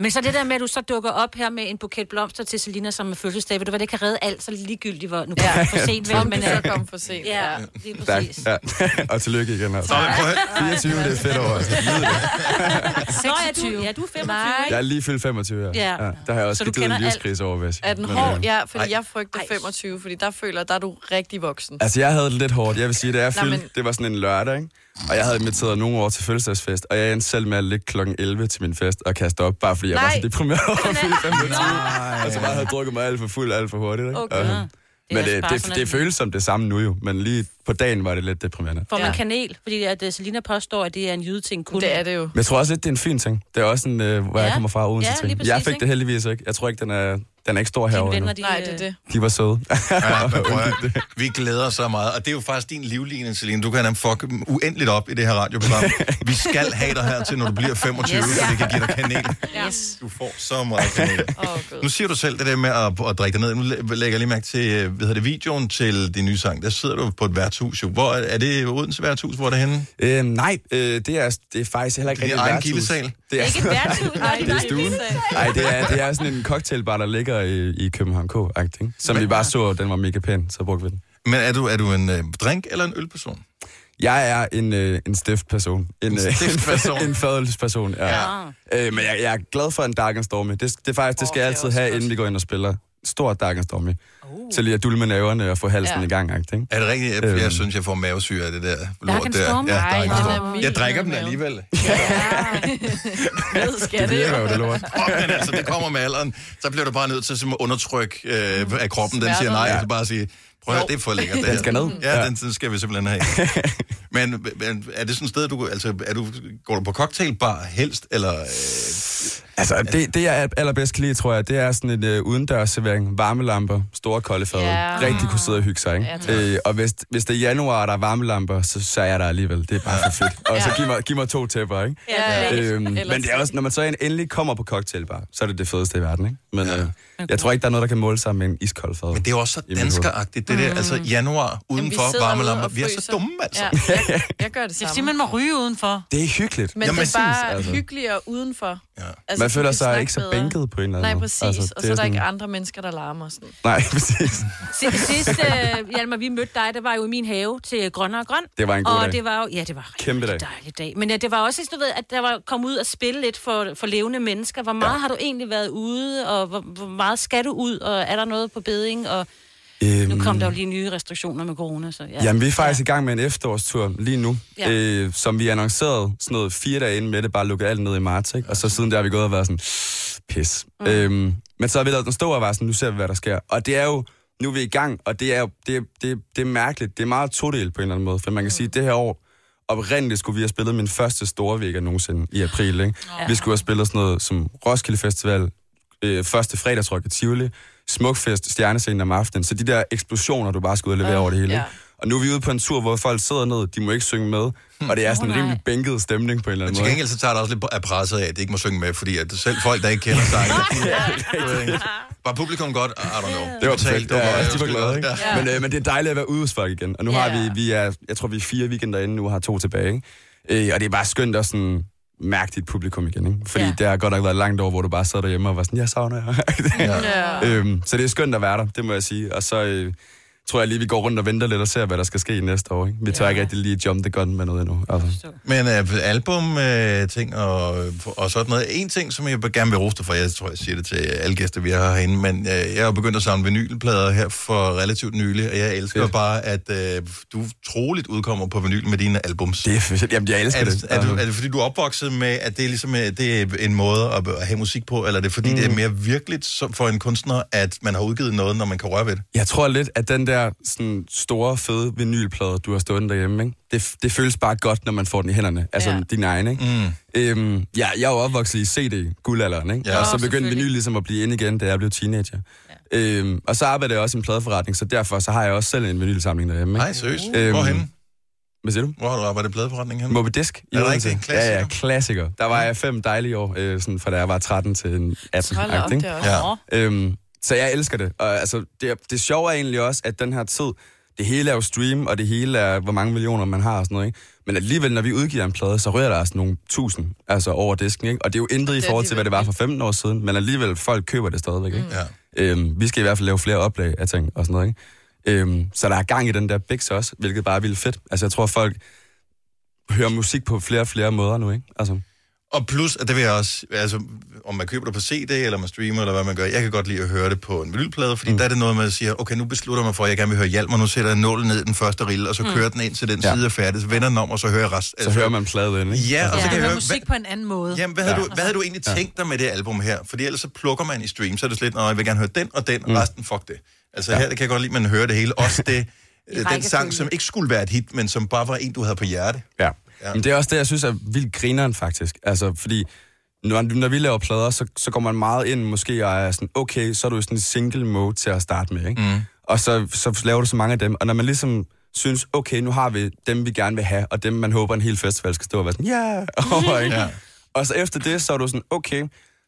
S2: Men så det der med, at du så dukker op her med en buket blomster til Selina, som er fødselsdag, ved du hvad, det kan redde alt, så ligegyldigt, hvor nu kommer ja. for sent, vel,
S4: Om
S2: men
S4: du så
S2: øh,
S4: kom for sent.
S2: Ja, lige
S20: Tak.
S2: præcis.
S20: Ja. og tillykke igen. Altså.
S1: Nå, men prøv at
S20: 24, det er fedt over. Altså. Nyd det.
S2: Nå, ja, du, ja, du er 25.
S20: Jeg er lige fyldt 25 år.
S4: Ja.
S20: Ja. ja. Der har jeg også
S4: Så du
S20: givet en
S4: kender alt.
S20: livskrise over, vil jeg sige.
S4: Er den
S20: Men,
S4: hård?
S20: øh,
S4: Ja, fordi
S20: ej.
S4: jeg frygter 25, fordi der føler, der er du rigtig voksen.
S20: Altså, jeg havde det lidt hårdt. Jeg vil sige, da jeg
S4: Nå,
S20: fyldte,
S4: men-
S20: det var sådan en lørdag, ikke? Og jeg havde inviteret nogle år til fødselsdagsfest, og jeg endte selv med at ligge kl. 11 til min fest og kaste op, bare fordi jeg var
S2: Nej.
S20: så deprimeret over at fylde 25.
S2: Nej.
S20: Altså bare havde drukket mig alt for fuld, alt for hurtigt, ikke?
S2: Okay.
S20: Øhm,
S2: Det er
S20: men
S2: også
S20: det,
S2: bare
S20: det,
S2: sådan,
S20: det,
S2: at-
S20: føles som det samme nu jo, men lige på dagen var det lidt deprimerende.
S2: Får man kanel? Fordi at øh, Selina påstår, at det er en jydeting kun. Det
S4: er det jo.
S20: Men jeg tror også lidt, det er en fin ting. Det er også en, øh, hvor ja.
S2: Ja.
S20: jeg kommer fra, Odense
S2: Ja, lige
S20: ting.
S2: præcis,
S20: Jeg fik
S2: ikke?
S20: det heldigvis ikke. Jeg tror ikke, den er, den er ikke stor herovre endnu.
S4: Nej,
S2: øh,
S4: det er det.
S20: De var søde.
S1: Ja, men prøv, at høre, vi glæder os så meget. Og det er jo faktisk din livline, Celine. Du kan have fuck dem uendeligt op i det her radioprogram. Vi skal have dig her til, når du bliver 25, yes.
S5: Yes.
S1: så vi kan give dig kanel.
S5: Yes.
S1: Du får så meget kanel. Nu siger du selv det der med at, at drikke dig ned. Nu læ- lægger jeg lige mærke til øh, hvad hedder det, videoen til din nye sang. Der sidder du på et værtshus. Jo. Hvor, er er det Odense værtshus? Hvor er det henne?
S20: Øhm, nej, øh, det, er, det er faktisk heller ikke
S1: Din
S20: rigtig
S1: egen
S20: værtshus.
S1: gildesal?
S20: Det er,
S2: Ikke et værtshus, nej,
S20: det er stuen. Nej, det er, det er sådan en cocktailbar, der ligger i, i København K, ikke? som vi bare så, den var mega pæn, så brugte vi den.
S1: Men er du, er du en øh, drink eller en ølperson?
S20: Jeg er en, øh, en stiftperson. En, øh,
S1: stiftperson.
S20: en fadelsperson, ja.
S1: Ja.
S20: ja. Øh, men jeg, jeg, er glad for en Dark and Stormy. Det, det, er faktisk, det skal jeg altid have, inden vi går ind og spiller. Stor Dark and Stormy. Uh. Så lige at dulme næverne og få halsen
S1: Ja.
S20: i gang, ikke?
S1: Er det rigtigt? Jeg,
S20: Øhm.
S1: jeg synes, jeg får mavesyre af det der lort
S20: and
S1: der.
S20: Stormy?
S1: Ja,
S20: Ej,
S1: Dark and
S20: den er
S1: Stormy.
S20: mild
S1: Jeg drikker
S20: i
S1: den
S20: maven.
S1: alligevel.
S4: Ved skal
S20: Det virker jo, det lort.
S1: Åh, men altså, det kommer med alderen. Så bliver du bare nødt til simpelthen at undertrykke øh, af kroppen. Den siger nej,
S20: Smerterne.
S1: og så bare sige, prøv at høre, det er for lækkert. det
S20: Den
S1: her."
S20: skal ned.
S1: Ja,
S20: Ja.
S1: den, den skal vi simpelthen have. men, men er det sådan et sted, du, altså, er du, går du på cocktailbar helst, eller... Øh,
S20: Altså, det, det jeg allerbedst kan lide, tror jeg, det er sådan et øh, udendørsservering, varmelamper, store kolde fad,
S1: Ja.
S20: rigtig kunne sidde og hygge sig, ikke?
S1: Ja, tak.
S20: øh, og hvis, hvis det er januar, og der er varmelamper, så, så er jeg der alligevel. Det er bare for fedt. Og så giv mig, giv mig to tæpper, ikke?
S4: Ja, ja.
S20: øhm,
S4: Ellers
S20: men det er også, når man så endelig kommer på cocktailbar, så er det det fedeste i verden, ikke? Men øh, jeg tror ikke, der er noget, der kan måle sig med en iskold fad. Men
S1: det er også så danskeragtigt, det der, altså januar udenfor,
S20: Mm. sidder ude
S1: varmelamper.
S20: og
S1: Vi er så
S20: fryser.
S1: dumme, altså.
S4: Ja, jeg, jeg gør det
S3: Det er
S4: samme.
S3: fordi, man må ryge udenfor.
S20: Det er hyggeligt.
S4: Men det er bare altså. hyggeligere udenfor. Altså, Ja.
S20: Man føler sig ikke så bænket på en eller anden
S4: Nej,
S20: måde.
S4: præcis.
S20: Altså,
S4: Altså, og
S20: det
S4: så er der
S20: er sådan-
S4: ikke andre mennesker, der larmer. Sådan.
S20: Nej, præcis.
S2: Si- Sidst, øh, Hjalmar, vi mødte dig, der var jo i min have til Grønner og Grøn.
S20: Det var en god
S2: og
S20: dag.
S2: det var jo, ja, det var
S20: Kæmpe dag.
S2: en dejlig dag. Men ja, det var også, du ved, at der var kom ud og spille lidt for, for levende mennesker. Hvor meget ja. har du egentlig været ude, og hvor, hvor meget skal du ud, og er der noget på beding? Og
S20: Øhm,
S2: nu kom der jo lige nye restriktioner med corona, så ja.
S20: Ja. Jamen, vi er faktisk ja. i gang med en efterårstur lige nu,
S2: Ja.
S20: ja. øh, som vi annoncerede sådan noget fire dage inden med det, bare lukkede alt ned i marts, ikke? Og så siden der har vi gået og været sådan, pis. Mm. Øhm, men så har vi lavet den stå og var sådan, nu ser vi, hvad der sker. Og det er jo, nu er vi i gang, og det er jo, det, er- det, er- det er mærkeligt. Det er meget todelt på en eller anden måde, for man kan sige, at det her år, oprindeligt skulle vi have spillet min første store vega nogensinde i april, ikke? Ja.
S2: Ja.
S20: Vi skulle have spillet sådan noget som Roskilde Festival, øh, første fredagsrock i Tivoli, smukfest, stjernescenen om aftenen. Så de der eksplosioner, du bare skal ud og levere Ah, over det hele. ja. Ja. Og nu er vi ude på en tur, hvor folk sidder ned, de må ikke synge med, og det er sådan en rimelig bænket stemning på en eller
S1: Men
S20: anden
S1: til
S20: måde.
S1: gengæld så tager der også lidt af presset af, at de ikke må synge med, fordi at selv folk, der ikke kender sig, var publikum godt? I don't know.
S20: Det var
S1: Betalt,
S20: perfekt.
S1: det var-
S20: Ja, ja, de var glade, ikke?
S1: Ja.
S20: Men, øh, men det er dejligt at være ude hos folk igen. Og nu har vi, vi er, jeg tror, vi er fire weekender inde nu og har to tilbage. Ikke? Øh, og det er bare skønt at sådan mærke dit publikum igen. Ikke? Fordi Ja. det har godt nok været langt over, hvor du bare sad derhjemme og var sådan, jeg savner jer.
S2: Øh,
S20: Ja. øhm, så det er skønt at være der, det må jeg sige. Og så øh, tror jeg lige, vi går rundt og venter lidt og ser, hvad der skal ske næste år. Ikke? Vi tør ikke rigtig lige jump the gun med noget endnu. Altså.
S1: Men øh, album, øh, ting og, og sådan noget. En ting, som jeg gerne vil roste for, jeg tror, jeg siger det til alle gæster, vi har herinde, men øh, jeg er jo begyndt at samle vinylplader her for relativt nylig, og jeg elsker Fedt. bare, at øh, du troligt udkommer på vinyl med dine albums.
S20: Det er fedt. Jamen, jeg elsker
S1: er,
S20: det.
S1: Er, du, er det fordi, du er opvokset med, at det er, ligesom, øh, det er en måde at, at have musik på, eller er det fordi, mm. det er mere virkeligt som- for en kunstner, at man har udgivet noget, når man kan røre ved det?
S20: Jeg tror lidt, at den der sådan, store, fede vinylplade, du har stået derhjemme, ikke? Det, det føles bare godt, når man får den i hænderne. Altså ja. din egen, ikke? Mm. Øhm, ja, jeg er jo opvokset i CD-guldalderen, ikke?
S1: Ja.
S20: Ja. Og
S1: Nå,
S20: så begyndte
S1: selvfølgelig.
S20: vinyl ligesom at blive ind igen, da jeg blev teenager. Ja. Øhm, og så arbejder jeg også i en pladeforretning, så derfor så har jeg også selv en vinylsamling derhjemme.
S1: Nej, seriøst? Hvorhenne?
S20: Hvad siger du?
S1: Øhm. Hvor har du arbejdet i pladeforretningen henne?
S20: Moby Disk. i
S1: Er der
S20: Odense.
S1: ikke en
S20: Ja, ja, klassiker. Der var jeg fem dejlige år, øh, sådan, fra da jeg var 13 til en 18.
S1: Hold op,
S20: agtig, ikke?
S1: det er også-
S20: Øhm, så jeg elsker det. Og altså, det, det sjove er egentlig også, at den her tid, det hele er jo stream, og det hele er, hvor mange millioner man har og sådan noget, ikke? Men alligevel, når vi udgiver en plade, så rører der altså nogle tusind altså, over disken, ikke? Og det er jo intet i
S1: Det er
S20: forhold til, hvad det var for 15 år siden, men alligevel, folk køber det stadigvæk, ikke? Øhm, vi skal i hvert fald lave flere oplag af ting og sådan noget, ikke? Øhm, så der er gang i den der bix også, hvilket bare er vildt fedt. Altså, jeg tror, folk hører musik på flere og flere måder nu, ikke? Altså.
S1: Og plus, at det vil jeg også, altså, om man køber det på CD, eller man streamer, eller hvad man gør, jeg kan godt lide at høre det på en vinylplade, fordi mm. der er det noget, man siger, okay, nu beslutter man for, at jeg gerne vil høre Hjalmar, nu sætter jeg nålen ned i den første rille, og så
S2: Mm.
S1: mm. kører den ind til den
S20: Ja.
S1: side af færdig, så vender den om, og så hører jeg resten.
S20: Så hører man pladen, ikke?
S1: Ja, og så
S2: ja.
S1: kan jeg
S2: høre
S1: høre,
S2: musik
S1: hvad,
S2: på en anden måde.
S1: jamen, hvad, havde du, hvad havde du egentlig
S2: Ja.
S1: ja. tænkt dig med det album her? Fordi ellers så plukker man i stream, så er det slet, nej, jeg vil gerne høre den og
S20: Mm.
S1: den, og resten, fuck det. Altså ja. her, der kan jeg godt lide, at man hører det hele. Også det, den sang,
S20: rækkefølge.
S1: som ikke skulle være et hit, men som bare var en, du havde på hjerte.
S20: Ja. ja. Men det er også det, jeg synes er vildt grineren, faktisk. Altså, fordi når, når vi laver plader, så, så går man meget ind måske og er sådan, okay, så er du i sådan en single mode til at starte med, ikke? Mm. Og så, så laver du så mange af dem, og når man ligesom synes, okay, nu har vi dem, vi gerne vil have, og dem, man håber, en hel festival skal stå og være sådan, yeah! over, ikke?
S1: Ja.
S20: Og så efter det, så er du sådan, okay,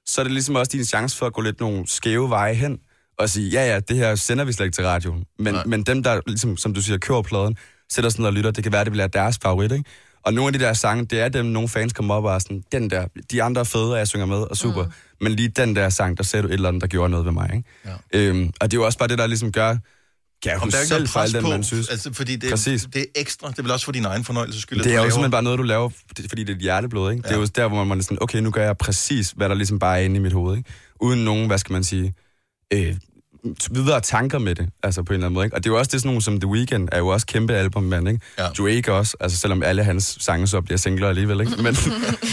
S20: så er det ligesom også din chance for at gå lidt nogle skæve veje hen, og sige, ja, ja, det her sender vi slet ikke til radioen. Men, men dem, der, ligesom, som du siger, kører pladen, sætter sådan noget og lytter, det kan være, det bliver deres favorit, ikke? Og nogle af de der sange, det er dem, nogle fans kommer op og er sådan, den der, de andre er fede, og jeg synger med, og super. Mm. Men lige den der sang, der sagde du et eller andet, der gjorde noget ved mig, ikke? Ja. Øhm, og det er jo også bare det, der ligesom gør, kan jeg
S1: Om
S20: huske
S1: der er ikke
S20: selv
S1: noget
S20: for
S1: pres
S20: alt den,
S1: på,
S20: man synes.
S1: altså, fordi det,
S20: Præcis.
S1: det er ekstra, det er vel også for din egen fornøjelses skyld. at du
S20: Det er jo
S1: laver-
S20: simpelthen bare noget, du laver, det- fordi det er et hjerteblod, ikke? Ja. Det er jo der, hvor man er sådan, okay, nu gør jeg præcis, hvad der ligesom bare er inde i mit hoved, ikke? Uden nogen, hvad skal man sige, øh, t- videre tanker med det, altså på en eller anden måde, ikke? Og det er jo også det sådan nogle, som The Weeknd er jo også kæmpe albummand, ikke? Ja. Drake også, altså selvom alle hans sange så bliver singler alligevel, ikke? Men,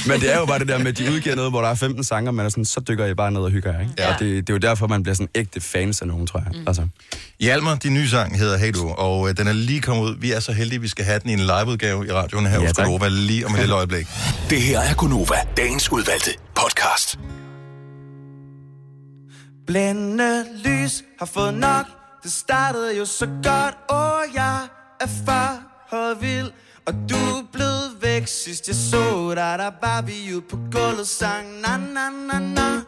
S20: men det er jo bare det der med, at de udgiver noget, hvor der er 15 sange, og man er sådan, så dykker jeg bare ned og hygger jer, ikke? Ja. Og det, det er jo derfor, man bliver sådan ægte fans af nogen, tror jeg. Mm. Altså.
S1: Hjalmar, din nye sang hedder Hey Du, og øh, den er lige kommet ud. Vi er så heldige, vi skal have den i en liveudgave i radioen her
S8: Ja,
S1: ja, hos
S8: tak.
S1: Gunova lige om et lille øjeblik.
S8: Det her er Gunova, dagens udvalgte podcast.
S5: Blændende lys har fået nok Det startede jo så godt Åh, jeg er far vild Og du er blevet væk Sidst jeg så dig Der var vi ude på gulvet Sang na na na na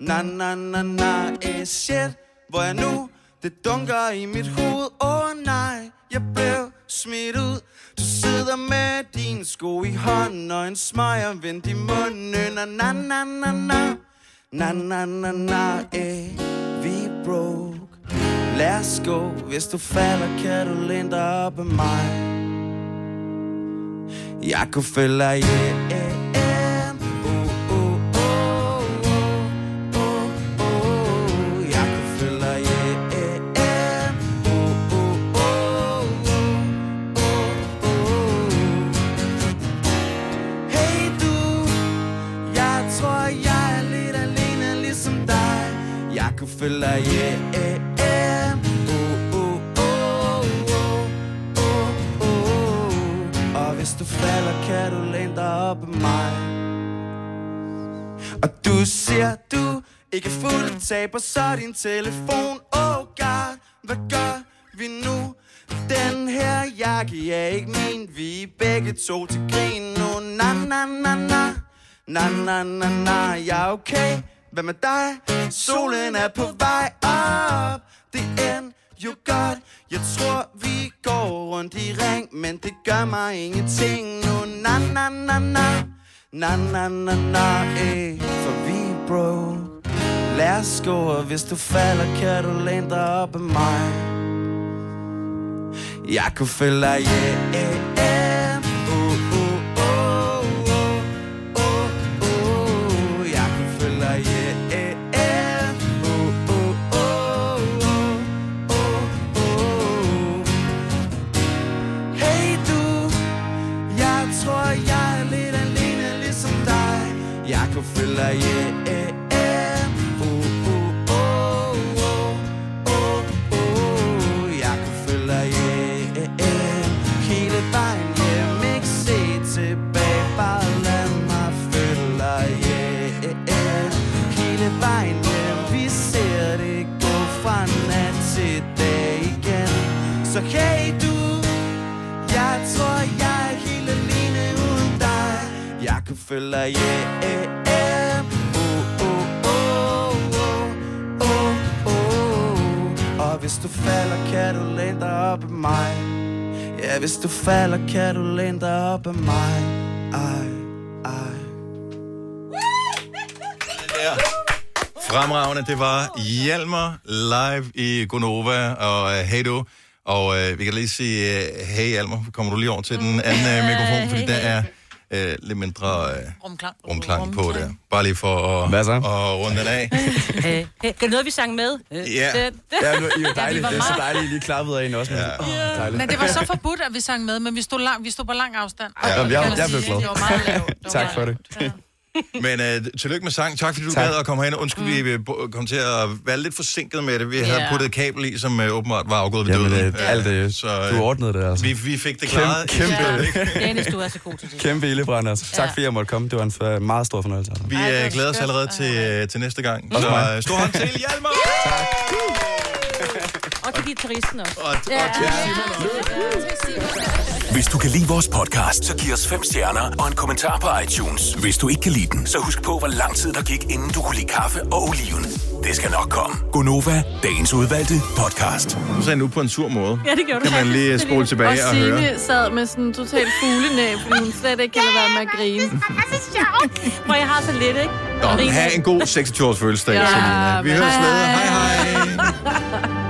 S5: Na na na na eh, shit Hvor er jeg nu? Det dunker i mit hoved Åh oh, nej, jeg blev smidt ud Du sidder med din sko i hånden Og en smøger vendt i munden Og na na na na Na na na na eh, vi er broke Lad os gå, hvis du falder, kan du læne dig op af mig Jeg kunne følge dig hjem Jeg kunne følge dig hjem Hey du, jeg tror, jeg er lidt alene ligesom dig Jeg kunne følge dig hjem Oh, oh, oh, oh, oh, oh. Og hvis du falder, kan du læne dig op af mig Og du siger du ikke fuld taber så din telefon Oh god, hvad gør vi nu? Den her jakke er ikke min Vi er begge to til grin nu Na na na na Na na na na Ja okay, hvad med dig? Solen er på vej op Det end jo godt Jeg tror vi går rundt i ring Men det gør mig ingenting nu Na na na na Na na na na eh, For vi er bro Lad os gå, og hvis du falder, kan du læne dig op af mig Jeg kunne følge dig, yeah, yeah, yeah. Uh, uh, uh, uh, uh, uh, uh. Jeg kunne følge dig, yeah, yeah, yeah. Uh, uh, uh, uh, uh, uh. Hey du, jeg tror, jeg er lidt alene ligesom dig. Jeg kunne følge dig, yeah, yeah, yeah. Oh, oh, oh, oh, oh, oh. Jeg kunne følge dig, yeah, yeah, yeah. eh, Hele vejen hjem, ikke se tilbage. Bare lad mig følge dig, yeah, yeah, yeah. eh. Hele vejen hjem, vi ser det gå fra nat til dag igen. Så hey du, jeg tror, jeg er helt alene uden dig. Jeg kan følge dig, yeah, yeah, yeah. Oh, oh, oh, oh, oh, oh. Og hvis du falder, kan du læne dig op af mig. Ja, hvis du falder, kan du læne dig op af mig. Ej, ej.
S1: Fremragende, det var Hjalmar live i Gonova, og uh, hey du. Og uh, vi kan lige sige, uh, hey Hjalmar, kommer du lige over til den anden uh, mikrofon, fordi der er uh, lidt mindre uh,
S2: Rumklang.
S1: rumklang på der. Bare lige for at, Hvad så? at runde den af.
S2: Øh, Kan du noget, vi sang med? Øh,
S1: Ja.
S2: den- Ja,
S20: Ja, nu, I er jo
S2: vi
S20: dejligt.
S2: var
S20: Det er så
S2: meget-
S20: dejligt, I lige klappede af en også. Ja. Oh, dejligt.
S3: Men det var så forbudt, at vi sang med, men vi stod, lang, vi stod på lang afstand.
S20: Ja,
S3: Og
S1: men jeg-
S3: kan man
S1: jeg
S3: sige,
S1: blev glad.
S3: Det var meget lavt.
S1: Tak for det. Men øh, tillykke med sang. Tak fordi du gad at komme herind. Undskyld, mm. vi øh, bo- kom til at være lidt forsinket med det. Vi havde
S20: Ja.
S1: puttet et kabel i, som øh, åbenbart var afgået ved
S20: Jamen,
S1: døden.
S20: øh, alt det- du ordnede det, altså.
S1: Vi, vi fik det
S20: Kæm-
S1: klaret. i
S20: kæmpe-
S1: stedet, ikke?
S2: Dennis, du er så god til det.
S20: Kæmpe ildebrand, altså. Tak fordi jeg måtte komme. Det var en f- meget stor fornøjelse. altså.
S1: Vi øh, glæder os allerede til, øh, til næste gang.
S20: Også
S1: Så
S20: mig.
S1: øh, stor hånd til Hjalmar!
S2: Og til guitaristen også.
S1: Og, og
S2: til Simon
S8: Hvis du kan lide vores podcast, så giv os fem stjerner og en kommentar på iTunes. Hvis du ikke kan lide den, så husk på, hvor lang tid der gik, inden du kunne lide kaffe og oliven. Det skal nok komme.
S1: Gonova,
S8: Dagens udvalgte podcast.
S1: Du sagde nu på en sur måde.
S8: Ja, det gjorde du
S1: Kan man
S8: faktisk.
S1: lige øh,
S8: Det
S1: spole
S4: Og
S1: tilbage og høre.
S4: Signe sad med sådan en total fuglenæb, fordi hun slet ikke kan lade være med at grine. Det er så sjovt.
S2: Hvor jeg har så lidt, ikke?
S1: Nå, have en god 26-års fødselsdag,
S4: Ja,
S1: Selina. Vi høres ved. Hej hej.
S2: hej.